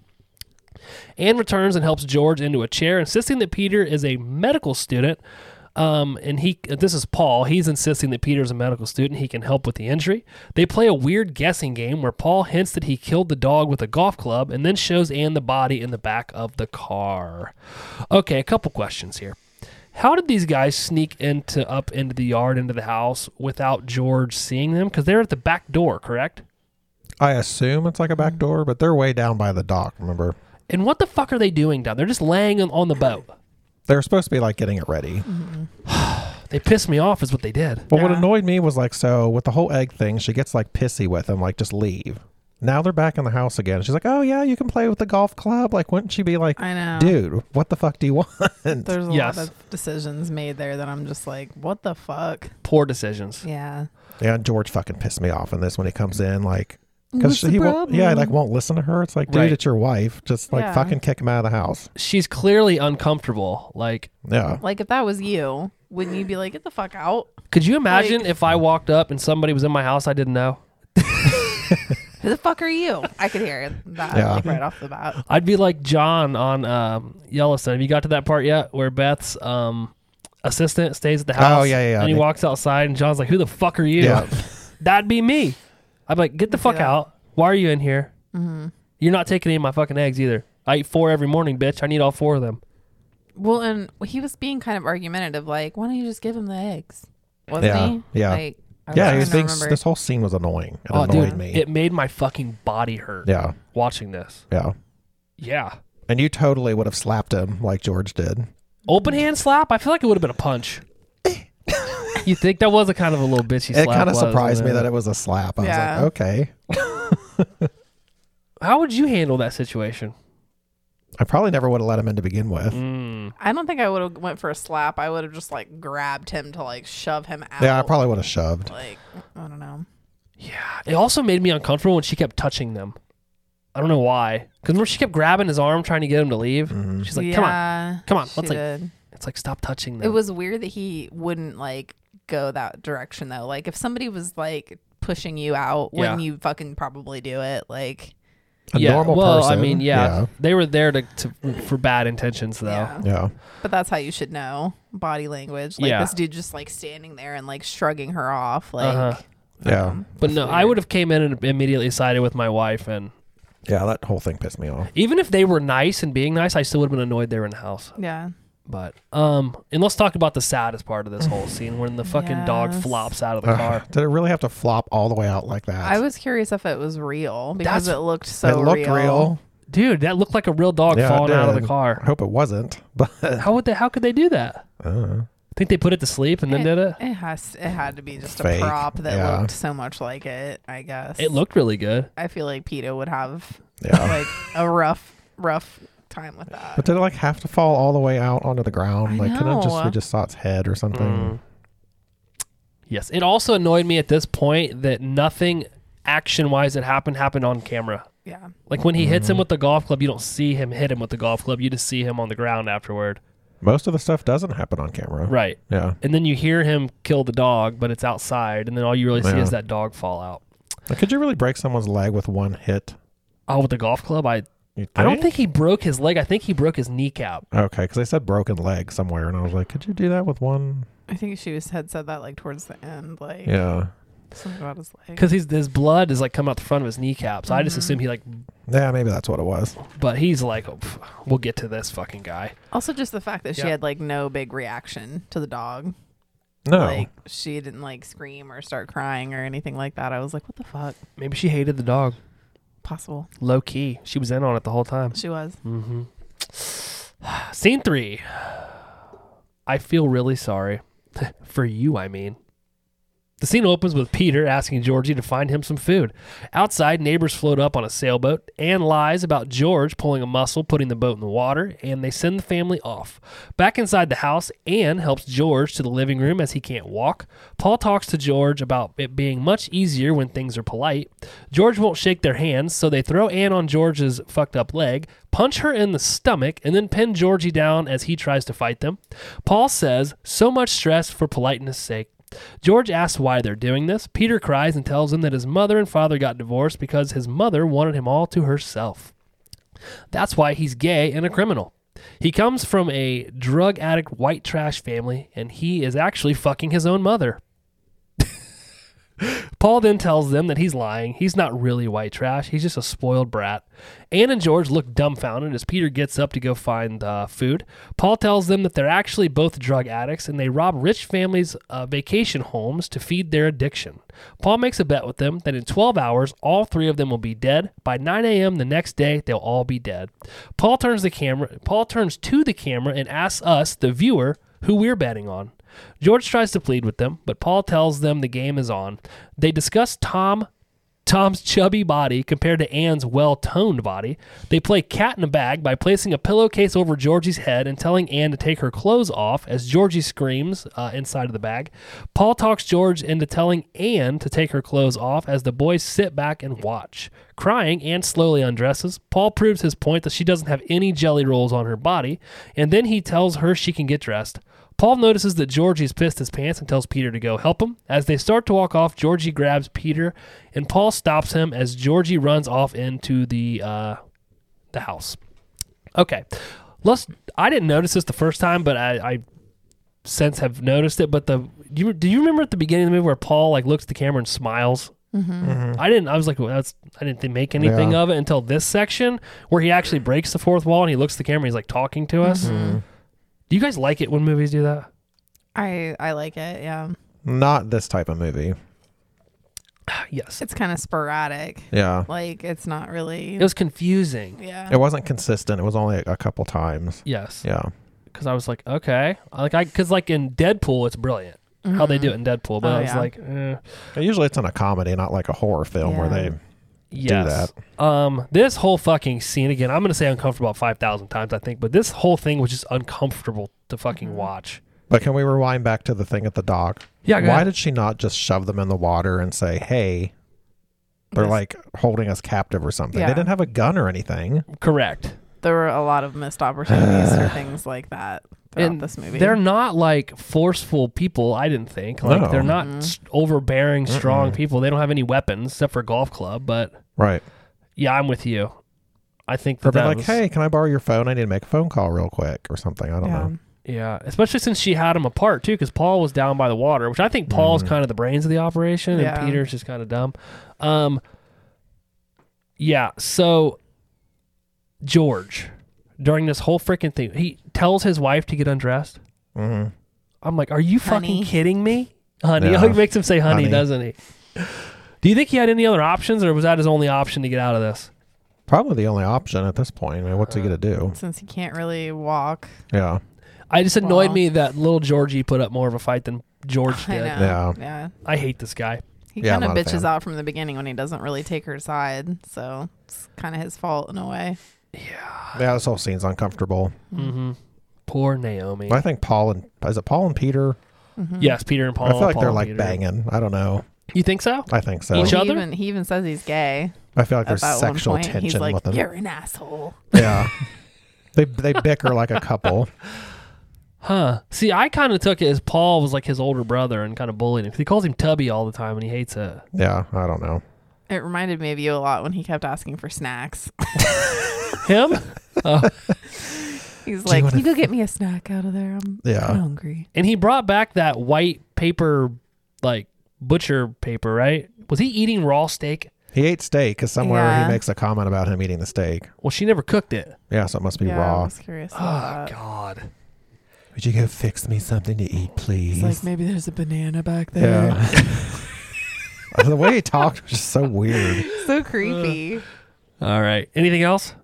Anne returns and helps George into a chair, insisting that Peter is a medical student. Um, and he, this is Paul. He's insisting that Peter is a medical student. He can help with the injury. They play a weird guessing game where Paul hints that he killed the dog with a golf club, and then shows Anne the body in the back of the car. Okay, a couple questions here. How did these guys sneak into up into the yard, into the house without George seeing them? Because they're at the back door, correct? I assume it's like a Mm. back door, but they're way down by the dock, remember? And what the fuck are they doing down? They're just laying on, on the boat. They're supposed to be like getting it ready. They pissed me off, is what they did. But what Yeah. annoyed me was like, so with the whole egg thing, she gets like pissy with him, like just leave. Now they're back in the house again. She's like, oh yeah, you can play with the golf club. Like, wouldn't she be like, I know. dude, what the fuck do you want? There's a Yes. lot of decisions made there that I'm just like, what the fuck? Poor decisions. Yeah. yeah, and George fucking pissed me off in this when he comes in, like, because he won't, yeah, he, like won't listen to her. It's like, dude, Right. it's your wife. Just like Yeah. fucking kick him out of the house. She's clearly uncomfortable. Like, Yeah. Like, if that was you, wouldn't you be like, get the fuck out? could you imagine if I walked up and somebody was in my house I didn't know? Who the fuck are you? I could hear that Yeah. like, right off the bat. I'd be like John on um, Yellowstone. Have you got to that part yet where Beth's um, assistant stays at the house? Oh, yeah, yeah, yeah. And he They- walks outside, and John's like, "Who the fuck are you?" Yeah. That'd be me. I'd be like, "Get the fuck Yeah. out! Why are you in here? You're not taking any of my fucking eggs either. I eat four every morning, bitch. I need all four of them." Well, and he was being kind of argumentative, like, why don't you just give him the eggs? Wasn't Yeah. he? Yeah. Like, I was Yeah, he trying to thinks remember. this whole scene was annoying. It Oh, annoyed dude, me. it made my fucking body hurt yeah, watching this. yeah. Yeah. And you totally would have slapped him like George did. Open hand slap? I feel like it would have been a punch. you think that was a kind of a little bitchy slap? it kind of was, uh, surprised me wasn't that it was a slap. I Yeah. was like, okay. How would you handle that situation? I probably never would have let him in to begin with. Mm. I don't think I would have went for a slap. I would have just like grabbed him to like shove him out. Yeah, I probably would have shoved. like I don't know. It also made me uncomfortable when she kept touching them. I don't know why. Because remember, she kept grabbing his arm, trying to get him to leave. Mm-hmm. She's like, "Come on, Yeah, come on, she let's like." did. It's like stop touching them. It was weird that he wouldn't like go that direction though. Like if somebody was like pushing you out, Yeah. wouldn't you fucking probably do it? Like A yeah. normal well, person. I mean, yeah, they were there to, to for bad intentions, though. yeah. Yeah. yeah. But that's how you should know body language. Like Yeah. this dude just like standing there and like shrugging her off. Like Uh-huh. Yeah. But no, I would have came in and immediately sided with my wife, and Yeah, that whole thing pissed me off. even if they were nice and being nice, I still would have been annoyed they were in the house. yeah. But um, and let's talk about the saddest part of this whole scene when the fucking dog Yes. flops out of the car. Did it really have to flop all the way out like that? I was curious if it was real because That's- it looked so it looked real. Dude, that looked like a real dog Yeah, it falling out of the did. Uh, I car. hope it wasn't, but How would they? How could they do that? uh, Think they put it to sleep and then did it? It has it had to be just Fake, a prop that yeah. looked so much like it, I guess. It looked really good. I feel like PETA would have yeah. like a rough, rough time with that. but did it like have to fall all the way out onto the ground? I like, couldn't it just know. we just saw its head or something? Mm. Yes, it also annoyed me at this point that nothing action-wise that happened happened on camera. Yeah. Like when he hits him Mm-hmm. with the golf club, you don't see him hit him with the golf club. You just see him on the ground afterward. Most of the stuff doesn't happen on camera. Right. Yeah. And then you hear him kill the dog, but it's outside, and then all you really see Yeah. is that dog fall out. Like, could you really break someone's leg with one hit? Oh, with the golf club, I You I don't think he broke his leg. I think he broke his kneecap. Okay, because they said broken leg somewhere, and I was like, could you do that with one? I think she was, had said that like towards the end, like Yeah. something about his leg. because his his blood is like coming out the front of his kneecap. So I just assume he like, Yeah, maybe that's what it was. but he's like, oh, pff, we'll get to this fucking guy. Also, just the fact that she Yeah. had like no big reaction to the dog, No. like she didn't like scream or start crying or anything like that. I was like, what the fuck? Maybe she hated the dog. Possible. Low key. She was in on it the whole time. She was. Mm-hmm. Scene three. I feel really sorry. For you, I mean. The scene opens with Peter asking Georgie to find him some food. Outside, neighbors float up on a sailboat. Anne lies about George pulling a muscle, putting the boat in the water, and they send the family off. Back inside the house, Anne helps George to the living room as he can't walk. Paul talks to George about it being much easier when things are polite. George won't shake their hands, so they throw Anne on George's fucked up leg, punch her in the stomach, and then pin Georgie down as he tries to fight them. Paul says, So much stress for politeness' sake. George asks why they're doing this. Peter cries and tells him that his mother and father got divorced because his mother wanted him all to herself. That's why he's gay and a criminal. He comes from a drug addict white trash family and he is actually fucking his own mother. Paul then tells them that he's lying. He's not really white trash. He's just a spoiled brat. Anne and George look dumbfounded as Peter gets up to go find uh, food. Paul tells them that they're actually both drug addicts and they rob rich families' uh, vacation homes to feed their addiction. Paul makes a bet with them that in 12 hours, all three of them will be dead. By 9 a.m. the next day, they'll all be dead. Paul turns the camera. Paul turns to the camera and asks us, the viewer, who we're betting on. George tries to plead with them, but Paul tells them the game is on. They discuss Tom Tom's chubby body compared to Anne's well-toned body. They play cat in a bag by placing a pillowcase over Georgie's head and telling Anne to take her clothes off as Georgie screams uh, inside of the bag. Paul talks George into telling Anne to take her clothes off as the boys sit back and watch. Crying, Anne slowly undresses. Paul proves his point that she doesn't have any jelly rolls on her body, and then he tells her she can get dressed. Paul notices that Georgie's pissed his pants and tells Peter to go help him. As they start to walk off, Georgie grabs Peter, and Paul stops him as Georgie runs off into the uh, the house. Okay, let's. I didn't notice this the first time, but I, I since have noticed it. But the you do you remember at the beginning of the movie where Paul like looks at the camera and smiles? I didn't. I was like, well, that's. I didn't think- make anything Yeah. of it until this section where he actually breaks the fourth wall and he looks at the camera. He's like talking to us. Mm-hmm. Do you guys like it when movies do that? I I like it. Yeah. Not this type of movie. yes. It's kind of sporadic. Yeah. Like it's not really. It was confusing. yeah. It wasn't consistent. It was only a couple times. Yes, Yeah. because I was like, okay, like I, because like in Deadpool, it's brilliant how they do it in Deadpool, but Oh, I was yeah. like, eh. And usually it's in a comedy, not like a horror film where Yeah. they. yes. Um, this whole fucking scene again. I'm gonna say uncomfortable about five thousand times, I think, but this whole thing was just uncomfortable to Mm-hmm. fucking watch. But can we rewind back to the thing at the dock? Yeah, go Why ahead. did she not just shove them in the water and say, "Hey, they're Yes. like holding us captive or something"? They Yeah. didn't have a gun or anything. Correct. There were a lot of missed opportunities for things like that throughout And this movie. They're not like forceful people. I didn't think. Like No. they're not s- overbearing, strong people. They don't have any weapons except for a golf club. But Right. yeah, I'm with you. I think Or that, be that like, was- "Hey, can I borrow your phone? I need to make a phone call real quick or something." I don't yeah. know. Yeah, especially since she had him apart too, because Paul was down by the water, which I think Paul's Mm-hmm. kind of the brains of the operation, Yeah. and Peter's just kind of dumb. Um, yeah. So George, during this whole freaking thing, he tells his wife to get undressed. Mhm. I'm like, are you Honey. fucking kidding me, honey? Yeah. Oh, he makes him say honey, Honey. doesn't he? Do you think he had any other options, or was that his only option to get out of this? Probably the only option at this point. I mean, what's he gonna do? Since he can't really walk. Yeah. I just annoyed Well. me that little Georgie put up more of a fight than George I know. did. I, Yeah. Yeah. hate this guy. He Yeah, I'm kind of not a bitches fan. out from the beginning when he doesn't really take her side. So it's kind of his fault in a way. Yeah. This whole scene's uncomfortable. Mm-hmm. Poor Naomi. But I think Paul and is it Paul and Peter? Mm-hmm. Yes, Peter and Paul. I feel like Paul they're and like Peter. banging. I don't know. You think so? I think so. Each he other? Even, he even says he's gay. I feel like At there's that one sexual point, he's tension like, with them. "You're an asshole." Yeah. they they bicker like a couple. Huh. See, I kind of took it as Paul was like his older brother and kind of bullied him. 'Cause He calls him Tubby all the time and he hates it. Yeah, I don't know. It reminded me of you a lot when he kept asking for snacks. Him? He's you like, wanna- "Can you go get me a snack out of there? I'm Yeah. hungry." and he brought back that white paper, like butcher paper, right? Was he eating raw steak? He ate steak because somewhere Yeah. he makes a comment about him eating the steak. Well, she never cooked it. Yeah, so it must be yeah, I raw. was curious. Oh, about that. God. Would you go fix me something to eat, please? He's like, "Maybe there's a banana back there." yeah. the way he talked was just so weird. so creepy. All right. Anything else?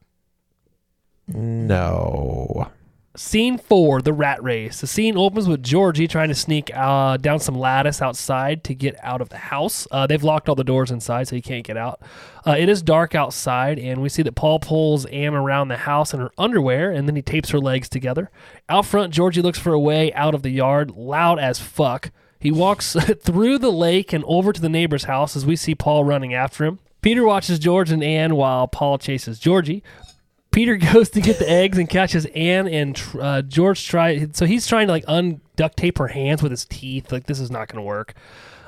No. Scene four, the rat race. The scene opens with Georgie trying to sneak uh, down some lattice outside to get out of the house. Uh, they've locked all the doors inside, so he can't get out. Uh, it is dark outside, and we see that Paul pulls Anne around the house in her underwear, and then he tapes her legs together. Out front, Georgie looks for a way out of the yard, loud as fuck. He walks through the lake and over to the neighbor's house as we see Paul running after him. Peter watches George and Anne while Paul chases Georgie. Peter goes to get the eggs and catches Anne and tr- uh, George try so he's trying to like unduct tape her hands with his teeth like this is not going to work.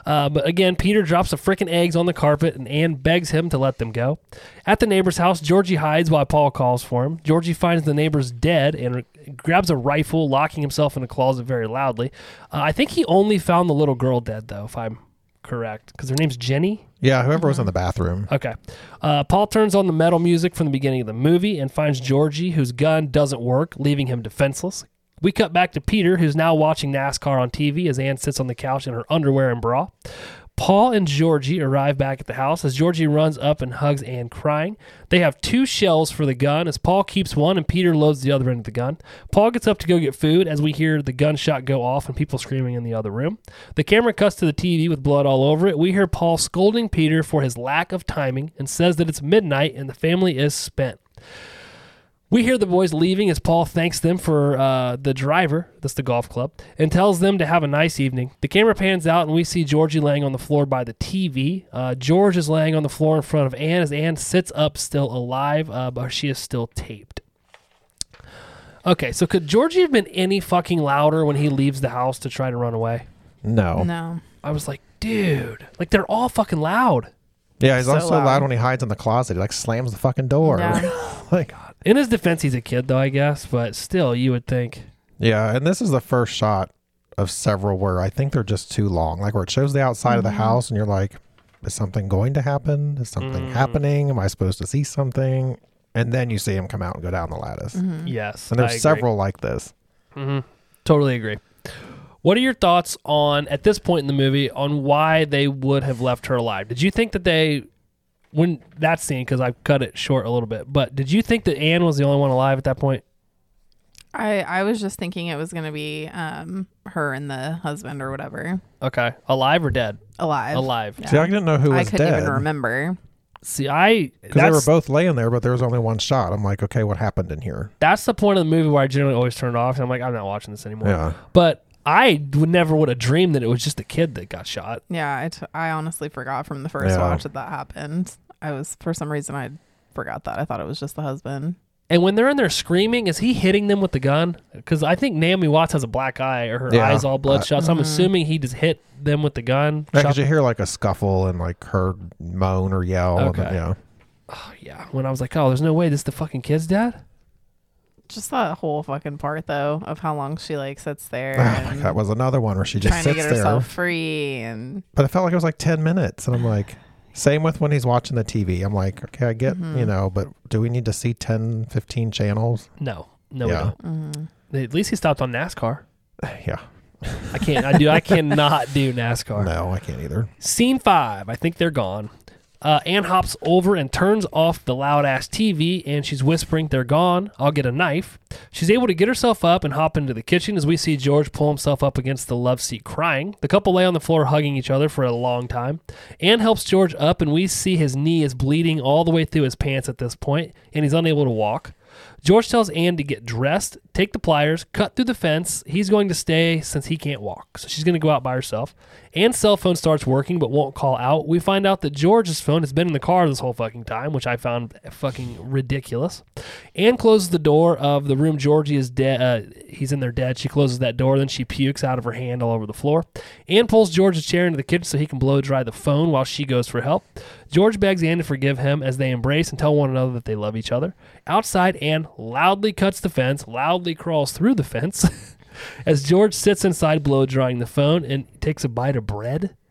Uh, but again, Peter drops the frickin' eggs on the carpet and Anne begs him to let them go. At the neighbor's house, Georgie hides while Paul calls for him. Georgie finds the neighbor's dead and re- grabs a rifle, locking himself in a closet very loudly. Uh, I think he only found the little girl dead, though, if I'm correct, because her name's Jenny. Yeah, whoever Uh-huh. was in the bathroom. Okay. Uh, Paul turns on the metal music from the beginning of the movie and finds Georgie, whose gun doesn't work, leaving him defenseless. We cut back to Peter, who's now watching NASCAR on TV as Anne sits on the couch in her underwear and bra. Paul and Georgie arrive back at the house as Georgie runs up and hugs Anne, crying. They have two shells for the gun as Paul keeps one and Peter loads the other end of the gun. Paul gets up to go get food as we hear the gunshot go off and people screaming in the other room. The camera cuts to the TV with blood all over it. We hear Paul scolding Peter for his lack of timing and says that it's midnight and the family is spent. We hear the boys leaving as Paul thanks them for uh, the driver, that's the golf club, and tells them to have a nice evening. The camera pans out and we see Georgie laying on the floor by the TV. Uh, George is laying on the floor in front of Anne as Anne sits up still alive, uh, but she is still taped. Okay, so could Georgie have been any fucking louder when he leaves the house to try to run away? No. No. I was like, dude, like they're all fucking loud. Yeah, he's So also loud. loud. when he hides in the closet. He like slams the fucking door. Yeah. like, In his defense, he's a kid though, I guess, but still, you would think. yeah, and this is the first shot of several where I think they're just too long. Like where it shows the outside of the Mm-hmm. house, and you're like, is something going to happen? Is something Mm. happening? Am I supposed to see something? And then you see him come out and go down the lattice. Mm-hmm. Yes, Mm-hmm. And I agree. there's several like this. Totally agree. What are your thoughts on at this point in the movie on why they would have left her alive? Did you think that they when that scene because I cut it short a little bit, but did you think that Anne was the only one alive at that point? I I was just thinking it was gonna be um her and the husband or whatever Okay, alive or dead? alive. Alive. Yeah. See, I didn't know who I was couldn't dead even remember. See, I because they were that's, both laying there, but there was only one shot. I'm like, okay, what happened in here? that's the point of the movie where I generally always turn it off. And I'm like, I'm not watching this anymore. Yeah. But I would never would have dreamed that it was just a kid that got shot. Yeah, I, t- I honestly forgot from the first Yeah. watch that that happened. I was for some reason I forgot that. I thought it was just the husband. And when they're in there screaming, is he hitting them with the gun? Because I think Naomi Watts has a black eye or her Yeah. eyes all bloodshot. so I'm assuming he just hit them with the gun. Yeah, Shot- 'cause you hear like a scuffle and like her moan or yell. And then, Okay. yeah. Oh, yeah. When I was like, oh, there's no way this is the fucking kid's dad? Just that whole fucking part though of how long she like sits there Oh my and God, that was another one where she just trying to sits get there. herself free and But it felt like it was like 10 minutes. And I'm like, same with when he's watching the TV. I'm like, okay, I get, you Mm-hmm. know, but do we need to see 10, 15 channels? No. No, Yeah. we mm-hmm. don't. At least he stopped on NASCAR. Yeah. I can't. I do. I cannot do NASCAR. No, I can't either. Scene five. I think they're gone. Uh, Anne hops over and turns off the loud ass TV, and she's whispering, They're gone. I'll get a knife. She's able to get herself up and hop into the kitchen as we see George pull himself up against the love seat crying. The couple lay on the floor hugging each other for a long time. Anne helps George up, and we see his knee is bleeding all the way through his pants at this point, and he's unable to walk. George tells Anne to get dressed, take the pliers, cut through the fence. He's going to stay since he can't walk. So she's going to go out by herself. Anne's cell phone starts working but won't call out. We find out that George's phone has been in the car this whole fucking time, which I found fucking ridiculous. Anne closes the door of the room Georgie is dead. Uh, he's in there dead. She closes that door, then she pukes out of her hand all over the floor. Anne pulls George's chair into the kitchen so he can blow dry the phone while she goes for help. George begs Anne to forgive him as they embrace and tell one another that they love each other. Outside, Anne loudly cuts the fence, loudly crawls through the fence as George sits inside blow drying the phone and takes a bite of bread.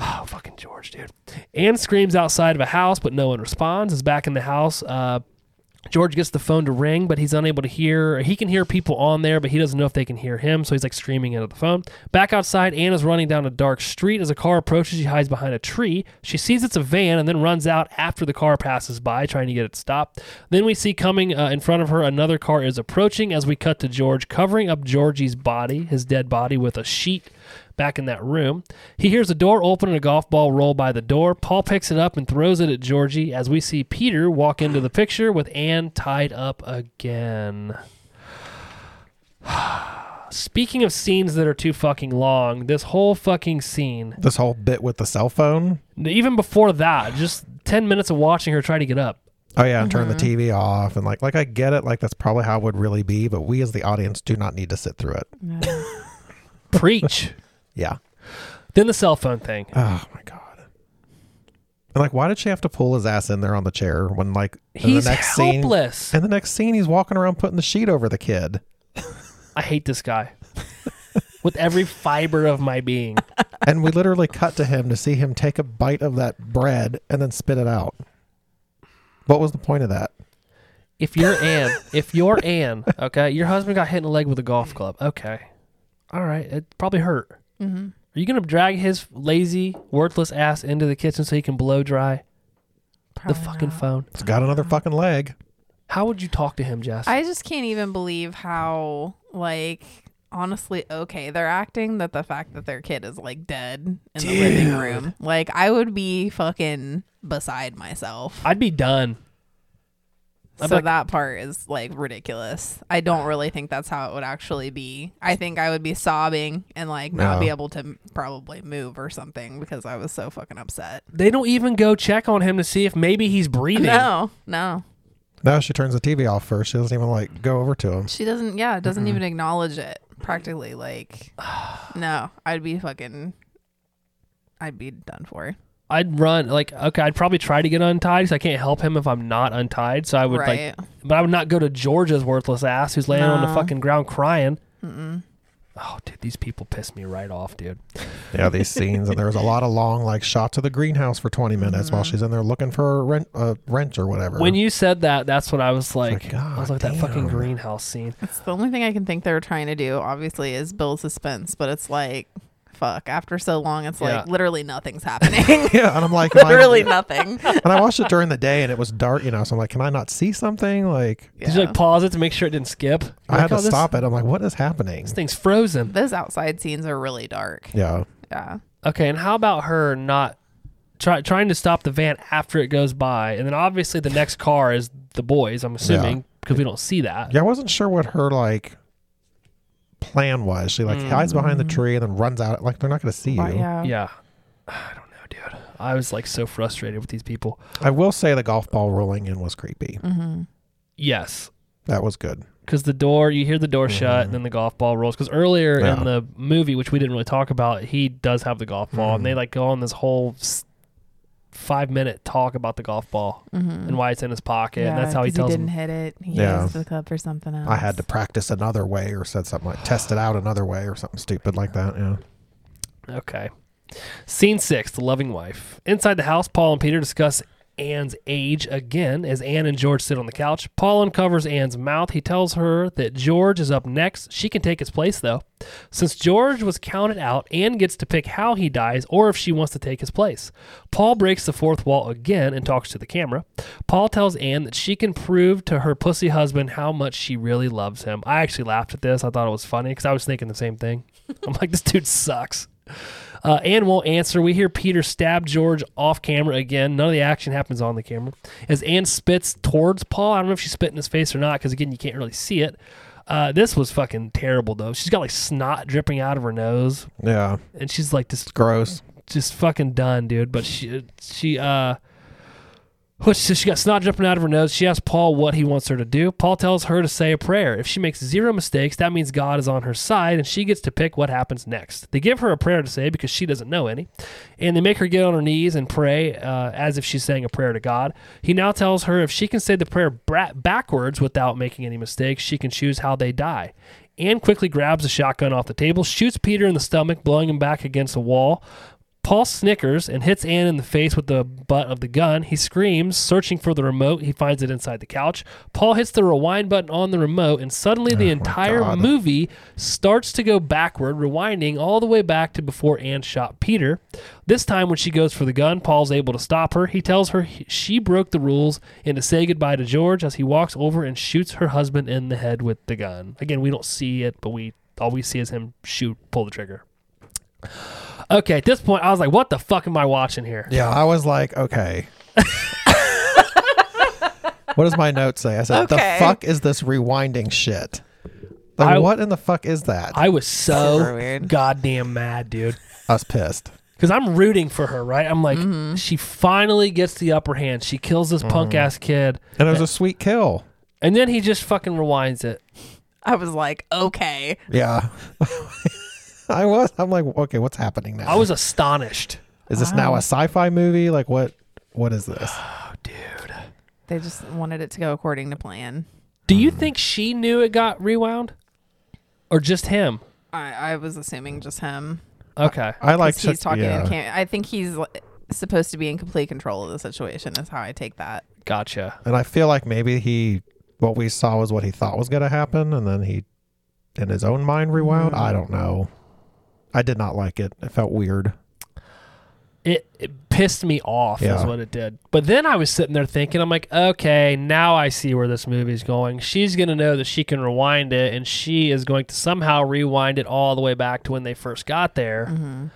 Oh, fucking George, dude. Anne screams outside of a house, but no one responds. Is back in the house. Uh, George gets the phone to ring, but he's unable to hear. He can hear people on there, but he doesn't know if they can hear him, so he's like screaming into the phone. Back outside, Anna's running down a dark street. As a car approaches, she hides behind a tree. She sees it's a van and then runs out after the car passes by, trying to get it stopped. Then we see coming uh, in front of her another car is approaching as we cut to George covering up Georgie's body, his dead body, with a sheet back in that room. He hears a door open and a golf ball roll by the door. Paul picks it up and throws it at Georgie as we see Peter walk into the picture with Anne tied up again. Speaking of scenes that are too fucking long, this whole fucking scene, This whole bit with the cell phone. even before that, just 10 minutes of watching her try to get up. Oh yeah, and turn Mm-hmm. the TV off and like like I get it, like that's probably how it would really be, but we as the audience do not need to sit through it. Preach. Yeah. then the cell phone thing. Oh my god. And like why did she have to pull his ass in there on the chair when like in He's the next helpless. scene in the next scene he's walking around putting the sheet over the kid. I hate this guy with every fiber of my being. and we literally cut to him to see him take a bite of that bread and then spit it out. What was the point of that? If you're Ann, if you're Ann, okay, your husband got hit in the leg with a golf club. Okay. All right. It probably hurt. Mm-hmm. Are you going to drag his lazy, worthless ass into the kitchen so he can blow dry the Probably fucking not. phone? It's got Uh-huh. another fucking leg. How would you talk to him, Jess? I just can't even believe how like honestly okay they're acting that the fact that their kid is like dead in the living room. Like I would be fucking beside myself. I'd be done. I'd be so like- that part is like ridiculous. I don't really think that's how it would actually be. I think I would be sobbing and like not No. be able to m- probably move or something because I was so fucking upset. They don't even go check on him to see if maybe he's breathing. No, no. No, she turns the TV off first. She doesn't even like go over to him. She doesn't, yeah, doesn't even acknowledge it practically. Like, no, I'd be fucking, I'd be done for. I'd run. Like, okay, I'd probably try to get untied because I can't help him if I'm not untied. So I would like Right. But I would not go to Georgia's worthless ass who's laying on the No. fucking ground crying. Oh, dude, these people piss me right off, dude. Yeah, these scenes and there was a lot of long like shots of the greenhouse for twenty minutes while she's in there looking for a rent, a wrench or whatever. Mm-hmm. When you said that, that's what I was like. like, I was like that "God fucking damn." greenhouse scene. it's the only thing I can think they're trying to do, obviously, is build suspense, but it's like, fuck, after so long, it's like Yeah. literally nothing's happening. yeah, and I'm like, am I- literally nothing. and I watched it during the day and it was dark, you know. So I'm like, can I not see something? Like, Did you like pause it to make sure it didn't skip? I Like, had to oh, this, stop it. I'm like, what is happening? This thing's frozen. Those outside scenes are really dark. Yeah, Yeah. Okay, and how about her not try, trying to stop the van after it goes by, and then obviously the next car is the boys. I'm assuming because we don't see that. yeah. I wasn't sure what her like plan was. She like hides behind the tree and then runs out. Like they're not going to see you. yeah. Yeah, I don't know, dude. I was like so frustrated with these people. I will say the golf ball rolling in was creepy. Mm-hmm. Yes, That was good. because the door you hear the door shut and then the golf ball rolls because earlier Yeah. in the movie which we didn't really talk about he does have the golf ball and they like go on this whole s- five minute talk about the golf ball and why it's in his pocket and that's how he Mm-hmm. tells 'cause didn't him hit it. He Yeah. used the cup or something else. I had to practice another way or said something like test it out another way or something stupid like that. Yeah. okay scene six the loving wife inside the house paul and peter discuss Anne's age again as Anne and George sit on the couch. Paul uncovers Anne's mouth. He tells her that George is up next. She can take his place though. Since George was counted out, Anne gets to pick how he dies or if she wants to take his place. Paul breaks the fourth wall again and talks to the camera. Paul tells Anne that she can prove to her pussy husband how much she really loves him. I actually laughed at this. I thought it was funny because I was thinking the same thing. I'm like, this dude sucks. Uh, Anne won't answer. We hear Peter stab George off camera again. None of the action happens on the camera. As Anne spits towards Paul, I don't know if she spit in his face or not, because again, you can't really see it. Uh, this was fucking terrible though. She's got like snot dripping out of her nose, Yeah. and she's like just Gross. just fucking done, dude. But she she uh. what she- She got snot dripping out of her nose. She asks Paul what he wants her to do. Paul tells her to say a prayer. If she makes zero mistakes, that means God is on her side and she gets to pick what happens next. They give her a prayer to say because she doesn't know any. And they make her get on her knees and pray uh, as if she's saying a prayer to God. He now tells her if she can say the prayer bra- backwards without making any mistakes, she can choose how they die. Anne quickly grabs a shotgun off the table, shoots Peter in the stomach, blowing him back against a wall. Paul snickers and hits Ann in the face with the butt of the gun. He screams, searching for the remote. He finds it inside the couch. Paul hits the rewind button on the remote, and suddenly the entire God. movie starts to go backward, rewinding all the way back to before Ann shot Peter. This time, when she goes for the gun, Paul's able to stop her. He tells her he- she broke the rules and to say goodbye to George as he walks over and shoots her husband in the head with the gun. Again, we don't see it, but we all we see is him shoot, pull the trigger. Okay, at this point, I was like, what the fuck am I watching here? Yeah, I was like, okay. what does my note say? I said, Okay. the fuck is this rewinding shit? Like, I- what in the fuck is that? I, I was Super so weird. goddamn mad, dude. was pissed. Because I'm rooting for her, right? I'm like, Mm-hmm. she finally gets the upper hand. She kills this Mm-hmm. punk ass kid. And it was a sweet kill. And then he just fucking rewinds it. I was like, okay. Yeah. I was. I'm like, okay, what's happening now? I was astonished. is this now a sci-fi movie? Like, what? What is this? They just wanted it to go according to plan. Do Mm. you think she knew it got rewound? Or just him? I, I was assuming just him. Okay. I 'Cause like he's talking. Yeah. And can't, I think he's like, supposed to be in complete control of the situation. Is how I take that. Gotcha. And I feel like maybe he, what we saw was what he thought was going to happen, and then he, in his own mind, rewound. I don't know. I did not like it. It felt weird. It, it pissed me off, is Yeah. what it did. But then I was sitting there thinking, I'm like, okay, now I see where this movie's going. She's going to know that she can rewind it, and she is going to somehow rewind it all the way back to when they first got there Mm-hmm.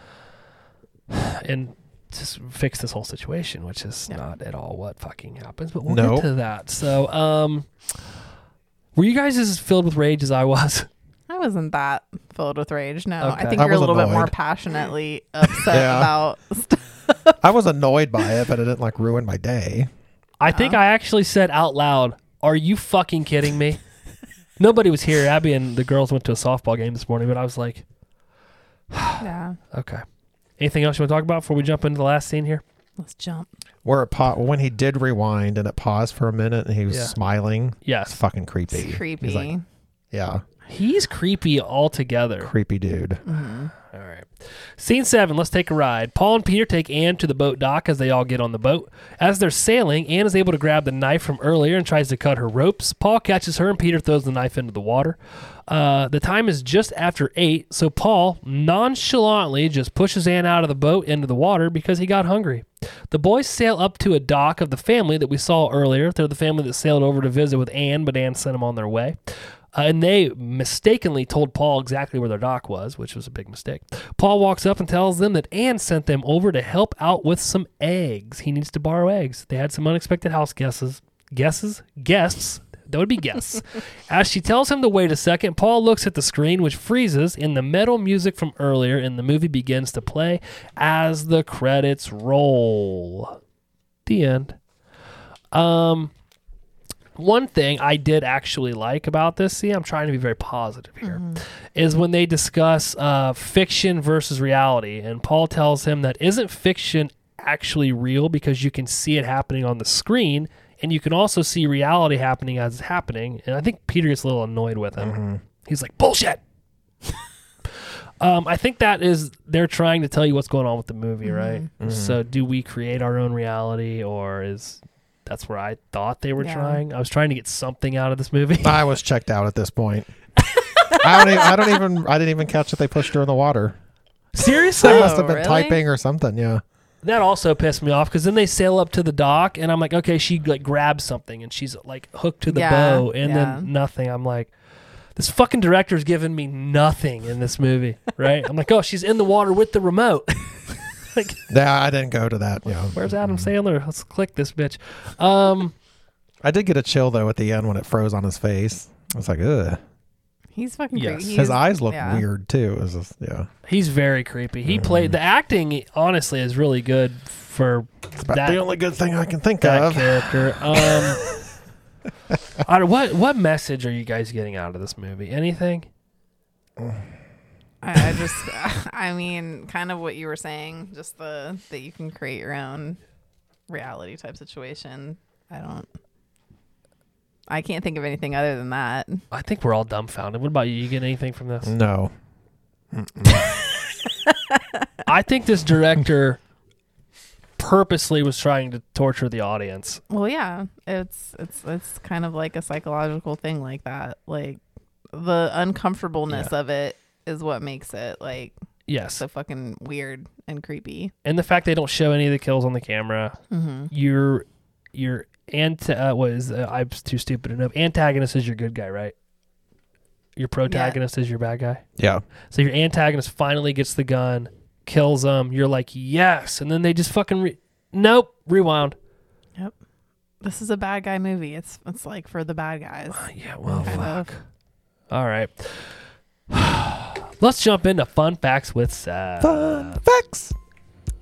Mm. and just fix this whole situation, which is Yeah. not at all what fucking happens. But we'll Nope. get to that. So, um, were you guys as filled with rage as I was? I wasn't that filled with rage. No, Okay. I think I you're a was little bit more annoyed. passionately upset Yeah. about stuff. I was annoyed by it, but it didn't like ruin my day. I think I actually said out loud, "Are you fucking kidding me?" Nobody was here. Abby and the girls went to a softball game this morning, but I was like, Yeah, "Okay." Anything else you want to talk about before we jump into the last scene here? let's jump. Where it pa- when he did rewind and it paused for a minute, and he was Yeah. smiling. It's Yes, fucking creepy. It's creepy. He's like, yeah, he's creepy altogether. creepy dude. All right. Scene seven. Let's take a ride. Paul and Peter take Anne to the boat dock as they all get on the boat. As they're sailing, Anne is able to grab the knife from earlier and tries to cut her ropes. Paul catches her, and Peter throws the knife into the water. Uh, the time is just after eight, so Paul nonchalantly just pushes Anne out of the boat into the water because he got hungry. The boys sail up to a dock of the family that we saw earlier. They're the family that sailed over to visit with Anne, but Anne sent them on their way. Uh, and they mistakenly told Paul exactly where their dock was, which was a big mistake. Paul walks up and tells them that Anne sent them over to help out with some eggs. He needs to borrow eggs. They had some unexpected house guesses. Guesses? Guests? That would be guests. As she tells him to wait a second, Paul looks at the screen, which freezes, and the metal music from earlier in the movie begins to play as the credits roll. The end. Um, one thing I did actually like about this, see, I'm trying to be very positive here, is when they discuss uh, fiction versus reality. And Paul tells him that isn't fiction actually real because you can see it happening on the screen and you can also see reality happening as it's happening. And I think Peter gets a little annoyed with him. He's like, bullshit. um, I think that is, they're trying to tell you what's going on with the movie, right? So do we create our own reality or is. That's where I thought they were Yeah. trying. I was trying to get something out of this movie. I was checked out at this point. I don't. Even, I don't even. I didn't even catch that they pushed her in the water. Seriously? I must have been Oh, really? typing or something. Yeah. That also pissed me off because then they sail up to the dock and I'm like, okay, she like grabs something and she's like hooked to the Yeah, bow and yeah. then nothing. I'm like, this fucking director's giving me nothing in this movie, right? I'm like, oh, she's in the water with the remote. Yeah, I didn't go to that. Yeah. Where's Adam Sandler? Let's click this bitch. Um, I did get a chill though at the end when it froze on his face. I was like, ugh. He's fucking Yes. creepy. His He's- eyes look yeah. weird too. It was just, yeah. he's very creepy. He played the acting, honestly, is really good for It's about That- the only good thing I can think that of. character. Um, I don't- what what message are you guys getting out of this movie? Anything? I, I just, I mean, kind of what you were saying, just the that you can create your own reality type situation. I don't. I can't think of anything other than that. I think we're all dumbfounded. What about you? You get anything from this? No. I think this director purposely was trying to torture the audience. Well, yeah, it's it's it's kind of like a psychological thing like that. Like the uncomfortableness of it is what makes it like Yes. so fucking weird and creepy. and the fact they don't show any of the kills on the camera, Mm-hmm. your your anti uh, what is uh, I'm too stupid enough. Antagonist is your good guy, right? Your protagonist is your bad guy. Yeah. So your antagonist finally gets the gun, kills him. You're like yes, and then they just fucking re- nope. Rewind. This is a bad guy movie. It's it's like for the bad guys. Yeah, well, kind of. all right. Let's jump into fun facts with Seth. Fun facts.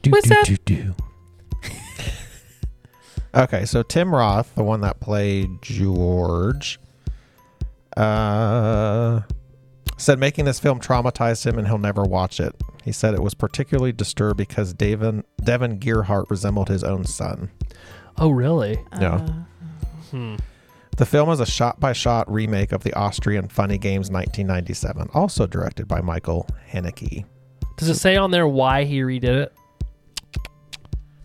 Do, What's do, up? do, do. okay, so Tim Roth, the one that played George, uh, said making this film traumatized him and he'll never watch it. He said it was particularly disturbed because Devin, Devin Gearhart resembled his own son. Oh, really? Yeah. Uh, Hmm. The film is a shot by shot remake of the Austrian Funny Games 1997, also directed by Michael Haneke. Does it say on there why he redid it?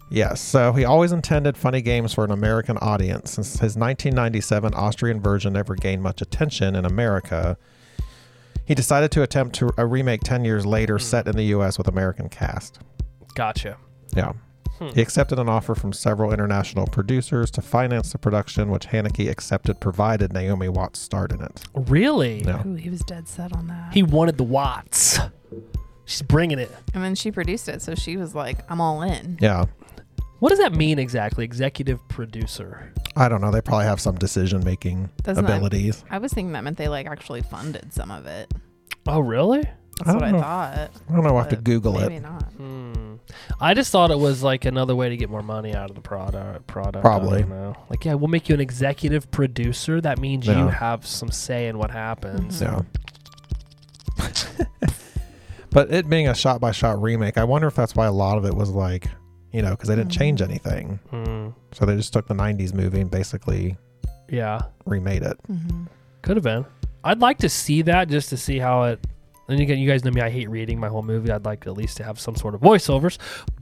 Yes, so he always intended funny games for an American audience. Since his 1997 Austrian version never gained much attention in America, he decided to attempt to a remake 10 years later Hmm. set in the US with American cast. Gotcha. Yeah. He accepted an offer from several international producers to finance the production, which Haneke accepted provided Naomi Watts starred in it. Really? Yeah. ooh, he was dead set on that. He wanted the Watts. She's bringing it. and then she produced it, so she was like, "I'm all in." Yeah. What does that mean exactly? Executive producer. I don't know. They probably have some decision making Doesn't that- abilities. I was thinking that meant they like actually funded some of it. Oh, really? That's what don't know. I thought. I don't know. I have to but Google maybe it. not. Hmm. I just thought it was like another way to get more money out of the product. Product. Probably. I don't know. Like, yeah, we'll make you an executive producer. That means you Yeah. have some say in what happens. Yeah. Mm-hmm. but it being a shot by shot remake, I wonder if that's why a lot of it was like, you know, because they didn't change anything. Hmm. So they just took the 90s movie and basically Yeah. remade it. Mhm. Could have been. I'd like to see that just to see how it. And again, you guys know me. I hate reading my whole movie. I'd like at least to have some sort of voiceovers,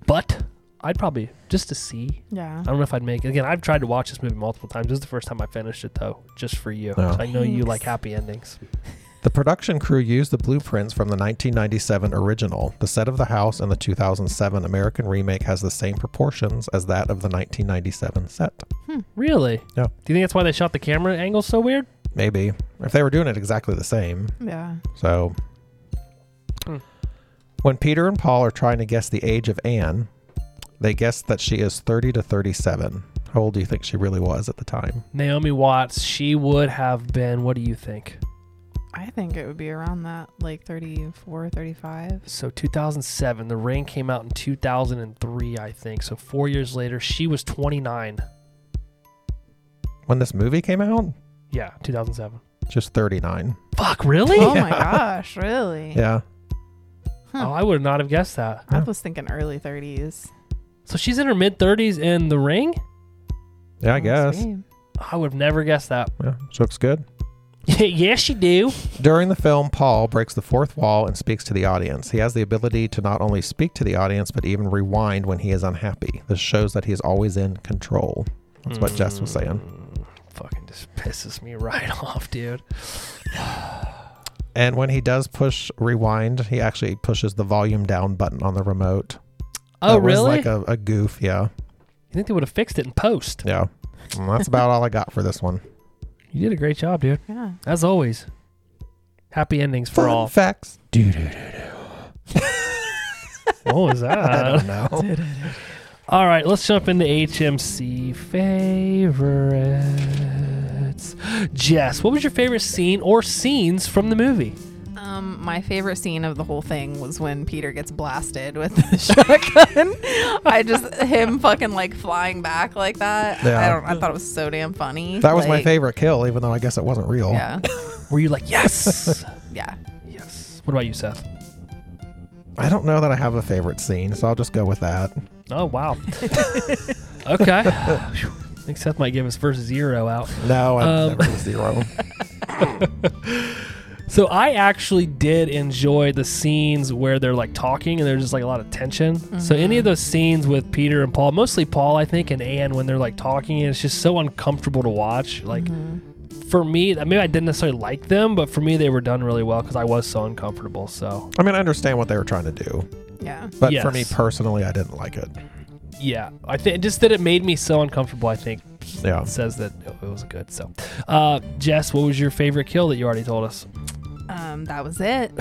but I'd probably just to see. Yeah. I Uh, don't know if I'd make it. Again, I've tried to watch this movie multiple times. This is the first time I finished it though, just for you. Yeah. So I know you like Thanks. happy endings. The production crew used the blueprints from the 1997 original. The set of the house in the 2007 American remake has the same proportions as that of the 1997 set. Really? Yeah. Do you think that's why they shot the camera angle so weird? Maybe. If they were doing it exactly the same. Yeah. So, Hmm. when Peter and Paul are trying to guess the age of Anne, they guess that she is 30 to 37. How old do you think she really was at the time? Naomi Watts, she would have been. What do you think? I think it would be around that, like 34, 35. So 2007, The Ring came out in 2003, I think. So four years later, she was 29. When this movie came out, Yeah, 2007. just 39. Fuck, really? Oh my Yeah. gosh, really? Yeah. Oh, I would not have guessed that. I was thinking early 30s. So she's in her mid 30s in The Ring? Yeah, I Oh, guess. sweet. I would have never guessed that. Yeah, she looks good. yes, you do. During the film, Paul breaks the fourth wall and speaks to the audience. He has the ability to not only speak to the audience, but even rewind when he is unhappy. This shows that he is always in control. That's what Jess was saying. Mm, Fucking just pisses me right off, dude. Oh, And when he does push rewind, he actually pushes the volume down button on the remote. Oh, That was really? like a, a goof, yeah. you think they would have fixed it in post? Yeah. And that's about all I got for this one. You did a great job, dude. Yeah. As always, happy endings for Fun all. facts. What was I that? don't know. all right, let's jump into HMC favorites. Jess, what was your favorite scene or scenes from the movie? Um, my favorite scene of the whole thing was when Peter gets blasted with the shotgun. I just him fucking like flying back like that. I Yeah. don't. I thought it was so damn funny. That was my Like, favorite kill, even though I guess it wasn't real. Yeah, Were you like, yes? yeah. yes. What about you, Seth? I don't know that I have a favorite scene, so I'll just go with that. Oh wow. okay. I think Seth might give us first zero out. No, I Um. never was zero. So I actually did enjoy the scenes where they're like talking and there's just like a lot of tension. So any of those scenes with Peter and Paul, mostly Paul, I think, and Anne when they're like talking, it's just so uncomfortable to watch. Like for me, I mean, I didn't necessarily like them, but for me, they were done really well because I was so uncomfortable. So I mean, I understand what they were trying to do, Yeah. but for me Yes. personally, I didn't like it. yeah, I think just that it made me so uncomfortable. I think Yeah. says that it was good. So, uh, Jess, what was your favorite kill that you already told us? Um, that was it.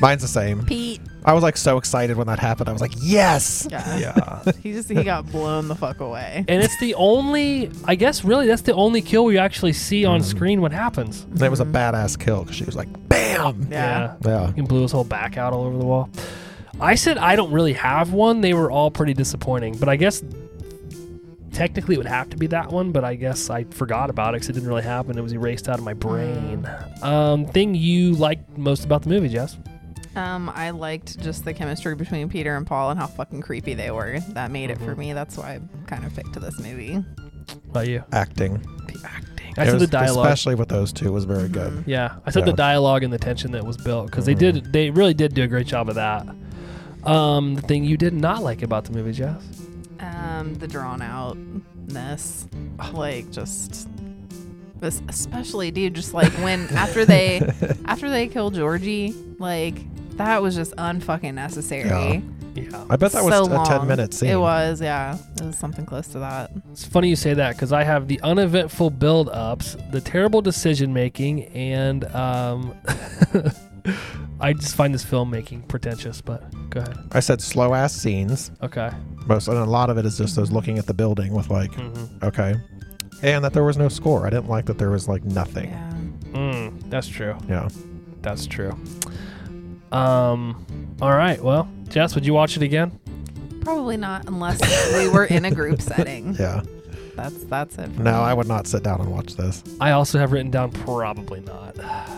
Mine's the same. Pete. I was like so excited when that happened. I was like, yes. Yeah. Yeah. He just he got blown the fuck away. and it's the only i guess really that's the only kill we actually see on screen what happens And it was a badass kill because she was like, bam. Yeah. Yeah. and blew his whole back out all over the wall i said i don't really have one they were all pretty disappointing but i guess technically it would have to be that one but i guess i forgot about it because it didn't really happen it was erased out of my brain um, thing you liked most about the movie jess Um, I liked just the chemistry between Peter and Paul and how fucking creepy they were. That made it Mhm. for me. That's why I kind of picked this movie. about you Acting. i It said the was- dialogue Especially with those two was very good. Yeah, I said Yeah. the dialogue and the tension that was built because they did they really did do a great job of that. Um, the thing you did not like about the movie, Jess, Um, the drawn outness, Oh. like just this, especially dude, just like when after they after they kill Georgie, like that was just unfucking necessary. Yeah. yeah, I bet that was so a 10 long. minute scene. It was, yeah. It was something close to that. it's funny you say that because I have the uneventful build ups, the terrible decision making, and um, I just find this filmmaking pretentious. But go ahead. I said slow ass scenes. Okay. Most, and a lot of it is just those looking at the building with like, Mm-hmm. okay. And that there was no score. I didn't like that there was like nothing. Yeah. Yeah. Mm, that's true. That's true. Um, all right. Well, Jess, would you watch it again? Probably not unless we were in a group setting. Yeah. That's that's it. for No, me. I would not sit down and watch this. I also have written down probably not.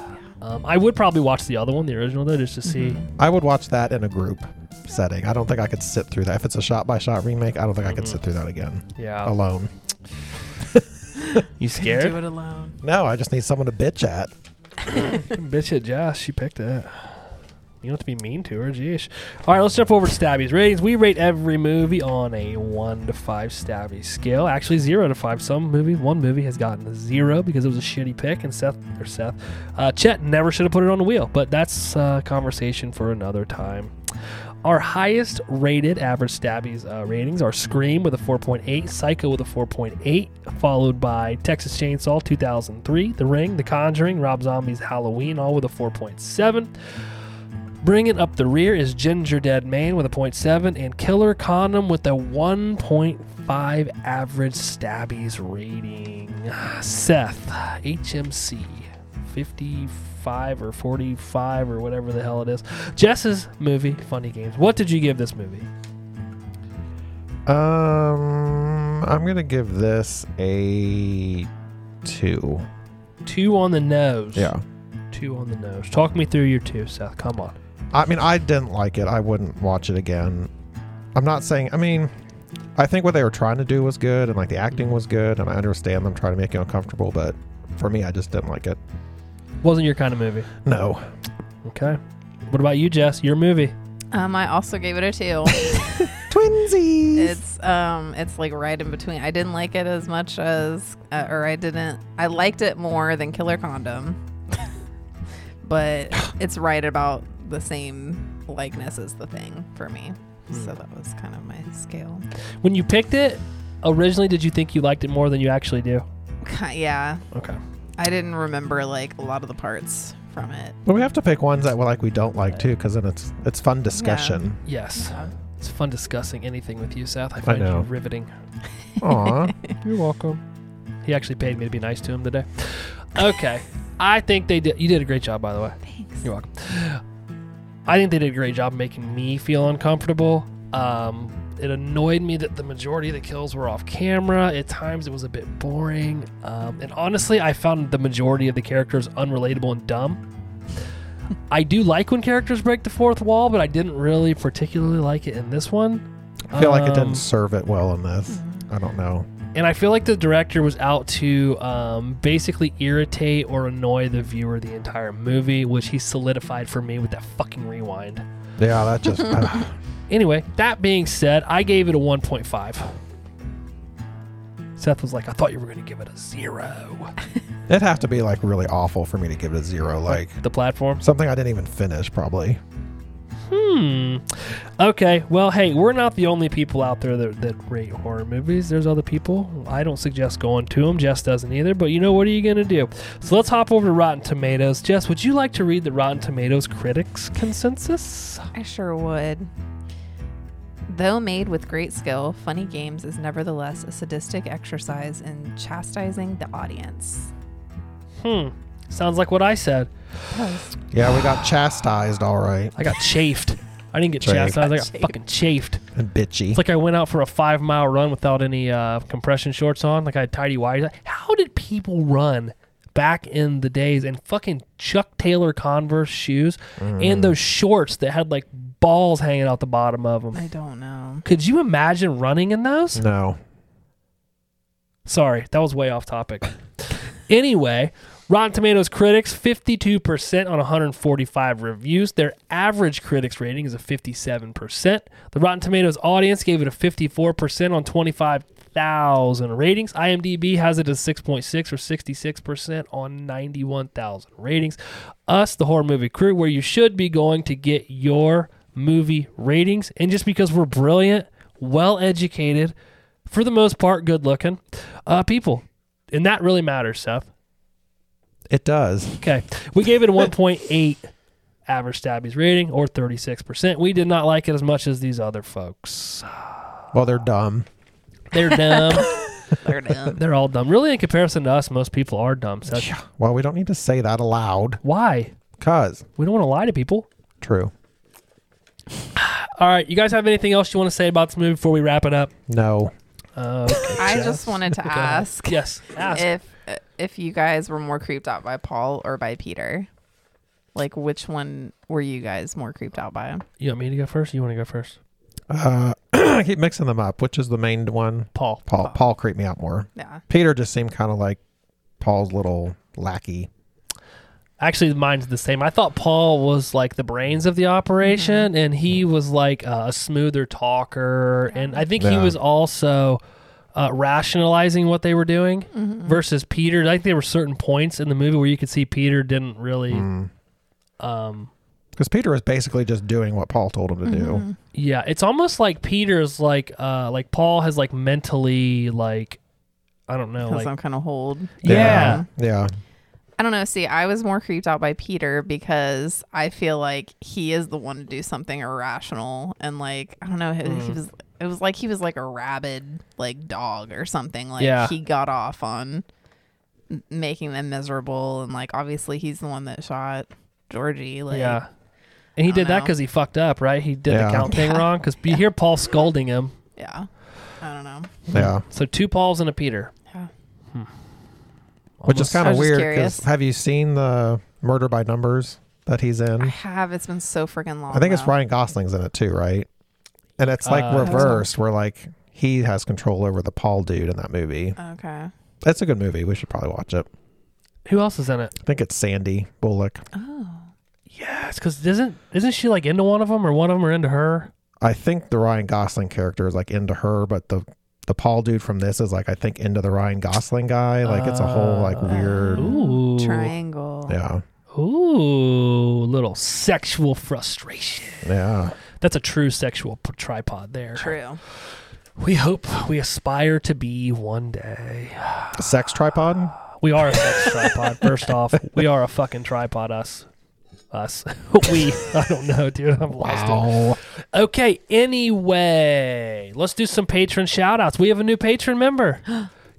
Um, I would probably watch the other one, the original though, just to see. I would watch that in a group setting. I don't think I could sit through that. If it's a shot by shot remake, I don't think I could sit through that again Yeah, alone. you do scared? it alone. No, I just need someone to bitch at. Bitch at Josh, she picked it. You don't have to be mean to her, jeez. All right, let's jump over to Stabby's ratings. We rate every movie on a one to five Stabby scale. Actually, zero to five. Some movie, one movie has gotten a zero because it was a shitty pick, and Seth or Seth, uh, Chet never should have put it on the wheel. But that's uh, conversation for another time. Our highest rated average Stabby's uh, ratings are Scream with a 4.8, Psycho with a 4.8, followed by Texas Chainsaw 2003, The Ring, The Conjuring, Rob Zombie's Halloween, all with a 4.7. Bringing up the rear is Ginger Dead Man with a 0.7 and Killer Condom with a 1.5 average Stabby's rating. Seth, HMC, 55 or 45 or whatever the hell it is. Jess's movie, Funny Games. What did you give this movie? Um, I'm gonna give this a two. Two on the nose. Yeah. Two on the nose. Talk me through your two, Seth. Come on. I mean, I didn't like it. I wouldn't watch it again. I'm not saying. I mean, I think what they were trying to do was good, and like the acting was good, and I understand them trying to make you uncomfortable, but for me, I just didn't like it. Wasn't your kind of movie. No. Okay. What about you, Jess? Your movie. Um, I also gave it a two. Twinsies. it's um, it's like right in between. I didn't like it as much as, uh, or I didn't. I liked it more than Killer Condom, but it's right about the same likeness as the thing for me. So that was kind of my scale. When you picked it, originally, did you think you liked it more than you actually do? Ki- Yeah, Okay. I didn't remember like a lot of the parts from it. But we have to pick ones that we like we don't like too, because then it's it's fun discussion. Yes. Yeah. It's fun discussing anything with you, Seth. I find know. you riveting. Aw. You're welcome. He actually paid me to be nice to him today. Okay. I think they did. You did a great job, by the way. Thanks. You're welcome. I think they did a great job making me feel uncomfortable. Um, it annoyed me that the majority of the kills were off camera. At times, it was a bit boring. Um, and honestly, I found the majority of the characters unrelatable and dumb. I do like when characters break the fourth wall, but I didn't really particularly like it in this one. I feel like it Um, Mm-hmm. didn't serve it well in this. I don't know. And I feel like the director was out to um, basically irritate or annoy the viewer the entire movie, which he solidified for me with that fucking rewind. Yeah, that just. ah. Anyway, that being said, I gave it a 1.5. Seth was like, I thought you were going to give it a zero. it'd have to be like really awful for me to give it a zero. Like The platform. something I didn't even finish, probably. Hmm. Okay. Well, hey, we're not the only people out there that, that rate horror movies. There's other people. I don't suggest going to them. Jess doesn't either. But you know, what are you going to do? So let's hop over to Rotten Tomatoes. Jess, would you like to read the Rotten Tomatoes critics consensus? I sure would. Though made with great skill, Funny Games is nevertheless a sadistic exercise in chastising the audience. Hmm. Sounds like what I said. Yeah, we got chastised, all right, I got chafed. I didn't get Chafed. chastised. I got Chafed. fucking chafed. and bitchy. It's like I went out for a five mile run without any uh, compression shorts on. Like I had tidy wires. How did people run back in the days in fucking Chuck Taylor Converse shoes and those shorts that had like balls hanging out the bottom of them? I don't know. Could you imagine running in those? no, Sorry, that was way off topic. anyway, Rotten Tomatoes critics 52% on 145 reviews. Their average critics rating is a 57%. The Rotten Tomatoes audience gave it a 54% on 25,000 ratings. IMDb has it as 6.6 or 66% on 91,000 ratings. Us, the horror movie crew, where you should be going to get your movie ratings. And just because we're brilliant, well educated, for the most part, good looking uh, people. And that really matters, Seth. it does. Okay. We gave it a 1.8 average Stabby's rating or 36%. We did not like it as much as these other folks. Well, they're dumb. They're dumb. They're dumb. They're all dumb. Really, in comparison to us, most people are dumb. Seth. Yeah, Well, we don't need to say that aloud, Why? cause We don't want to lie to people. true. All right. You guys have anything else you want to say about this movie before we wrap it up? No, Uh, I just wanted to ask yes. Ask. if if you guys were more creeped out by Paul or by Peter. Like which one were you guys more creeped out by? you want me to go first? Or you want to go first? uh, I keep mixing them up. Which is the main one? Paul. Paul. Paul creeped me out more. Yeah. Peter just seemed kind of like Paul's little lackey. Actually, mine's the same. I thought Paul was like the brains of the Mm-hmm. operation, and he was like uh, a smoother talker, and I think he Yeah. was also uh, rationalizing what they were doing Mm-hmm. versus Peter. I think there were certain points in the movie where you could see Peter didn't really. Mm. Um, Because Peter was basically just doing what Paul told him to Mm-hmm. do. yeah, it's almost like Peter's like uh, like Paul has like mentally like I don't know Because like I'm kind of hold. yeah. Yeah. I don't know. See, I was more creeped out by Peter because I feel like he is the one to do something irrational and like I don't know. He, he Mm. was. It was like he was like a rabid like dog or something. Like Yeah. he got off on m- making them miserable and like obviously he's the one that shot Georgie. Like yeah. And he I did don't that know. because he fucked up, right? He did Yeah. the count thing wrong because you hear Paul scolding him. yeah. I don't know. Yeah. So two Pauls and a Peter. Hmm. Yeah. Which is Almost- kind I of was just weird. curious. Because have you seen the Murder by Numbers that he's I in? have. It's been so freaking long. Mm. I think it's though. Ryan Gosling's in it too, right? And it's like Uh, reversed, where like he has control over the Paul dude in that movie. Okay. That's a good movie. We should probably watch it. Who else is in it? I think it's Sandy Bullock. Oh. Yes, because isn't isn't she like into one of them or one of them are into her? I think the Ryan Gosling character is like into her, but the the Paul dude from this is like I think into the Ryan Gosling guy. Like it's a whole like Oh. Uh, weird. Ooh. Triangle. Yeah. Ooh, little sexual frustration. Yeah. That's a true sexual p- tripod there. True. We hope we aspire to be one day. Sex tripod? We are a sex tripod. First off, we are a fucking tripod. Us, us, we. I don't know, dude. I'm lost. Wow. Okay, anyway, let's do some patron shout outs. We have a new patron member.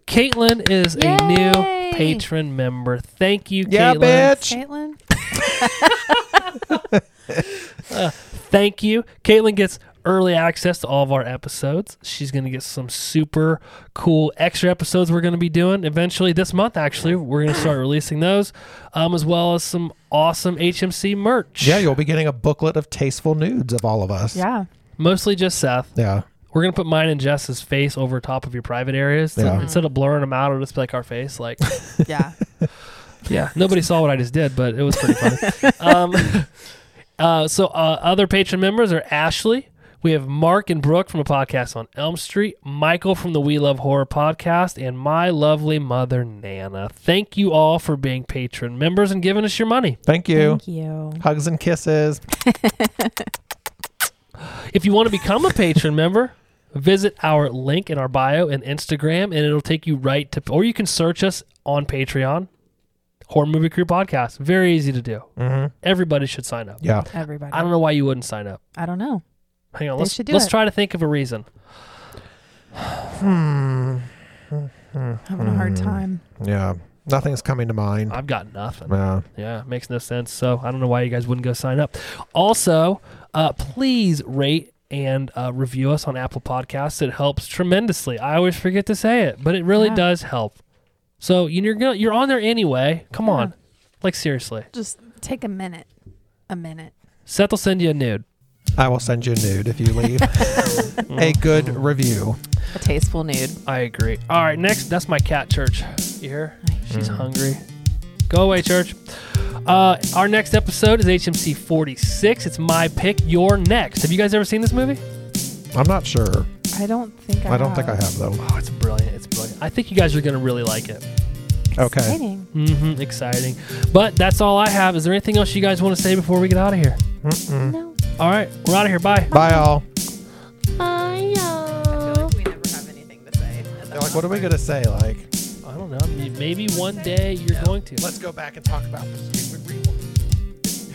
Caitlin is a Yay! new patron member. Thank you, Yeah, Caitlin. bitch. Caitlin. Thank you. Caitlin gets early access to all of our episodes. She's going to get some super cool extra episodes we're going to be doing eventually this month, actually. We're going to start releasing those, um, as well as some awesome HMC merch. Yeah, you'll be getting a booklet of tasteful nudes of all of us. Yeah. Mostly just Seth. Yeah. We're gonna put mine and Jess's face over top of your private areas. So Yeah. instead of blurring them out, it'll just be like our face. Like, Yeah. yeah, nobody saw what I just did, but it was pretty funny. um, uh, so uh, other patron members are Ashley. We have Mark and Brooke from a podcast on Elm Street, Michael from the We Love Horror podcast, and my lovely mother Nana. Thank you all for being patron members and giving us your money. Thank you. Thank you. Hugs and kisses. If you want to become a patron member, visit our link in our bio and Instagram, and it'll take you right to, or you can search us on Patreon, Horror Movie Crew Podcast. Very easy to do. Mhm. Everybody should sign up. Yeah. Everybody. I don't know why you wouldn't sign up. I don't know. Hang on, They let's should do let's it. try to think of a reason. Hmm. Having a hard time. Hmm. Yeah. Nothing's coming to mind. I've got nothing. Yeah. Yeah, it makes no sense. So I don't know why you guys wouldn't go sign up. Also, uh, please rate and uh, review us on Apple Podcasts. It helps tremendously. I always forget to say it, but it really Yeah. does help. So you're gonna, you're on there anyway. Come on, like seriously. Just take a minute. A minute. Seth will send you a nude. I will send you a nude if you leave a good review. A tasteful nude. Mm, I agree. All right, next. That's my cat, Church. You hear? She's hungry. Go away, Church. Uh, our next episode is HMC 46. It's my pick, your next. Have you guys ever seen this movie? I'm not sure. I don't think I I don't think I have though. Oh, it's brilliant. It's brilliant. I think you guys are going to really like it. Okay. Exciting. Mm-hmm. Exciting. But that's all I have. Is there anything else you guys want to say before we get out of here? No. All right, we're out of here. Bye. Bye all. Hiya. We never have anything to say. They're like, what are we gonna say? Like, I don't know. may- Maybe one day you're going to. let's go back and talk about this. We- we- we-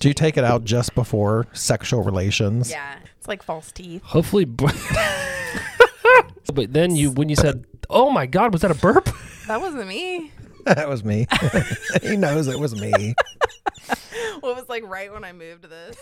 Do you take it out just before sexual relations? Yeah, it's like false teeth. Hopefully, bur- but then you when you said, "Oh my God, was that a burp?" That wasn't me. that was me. he knows it was me. What was like right when I moved this?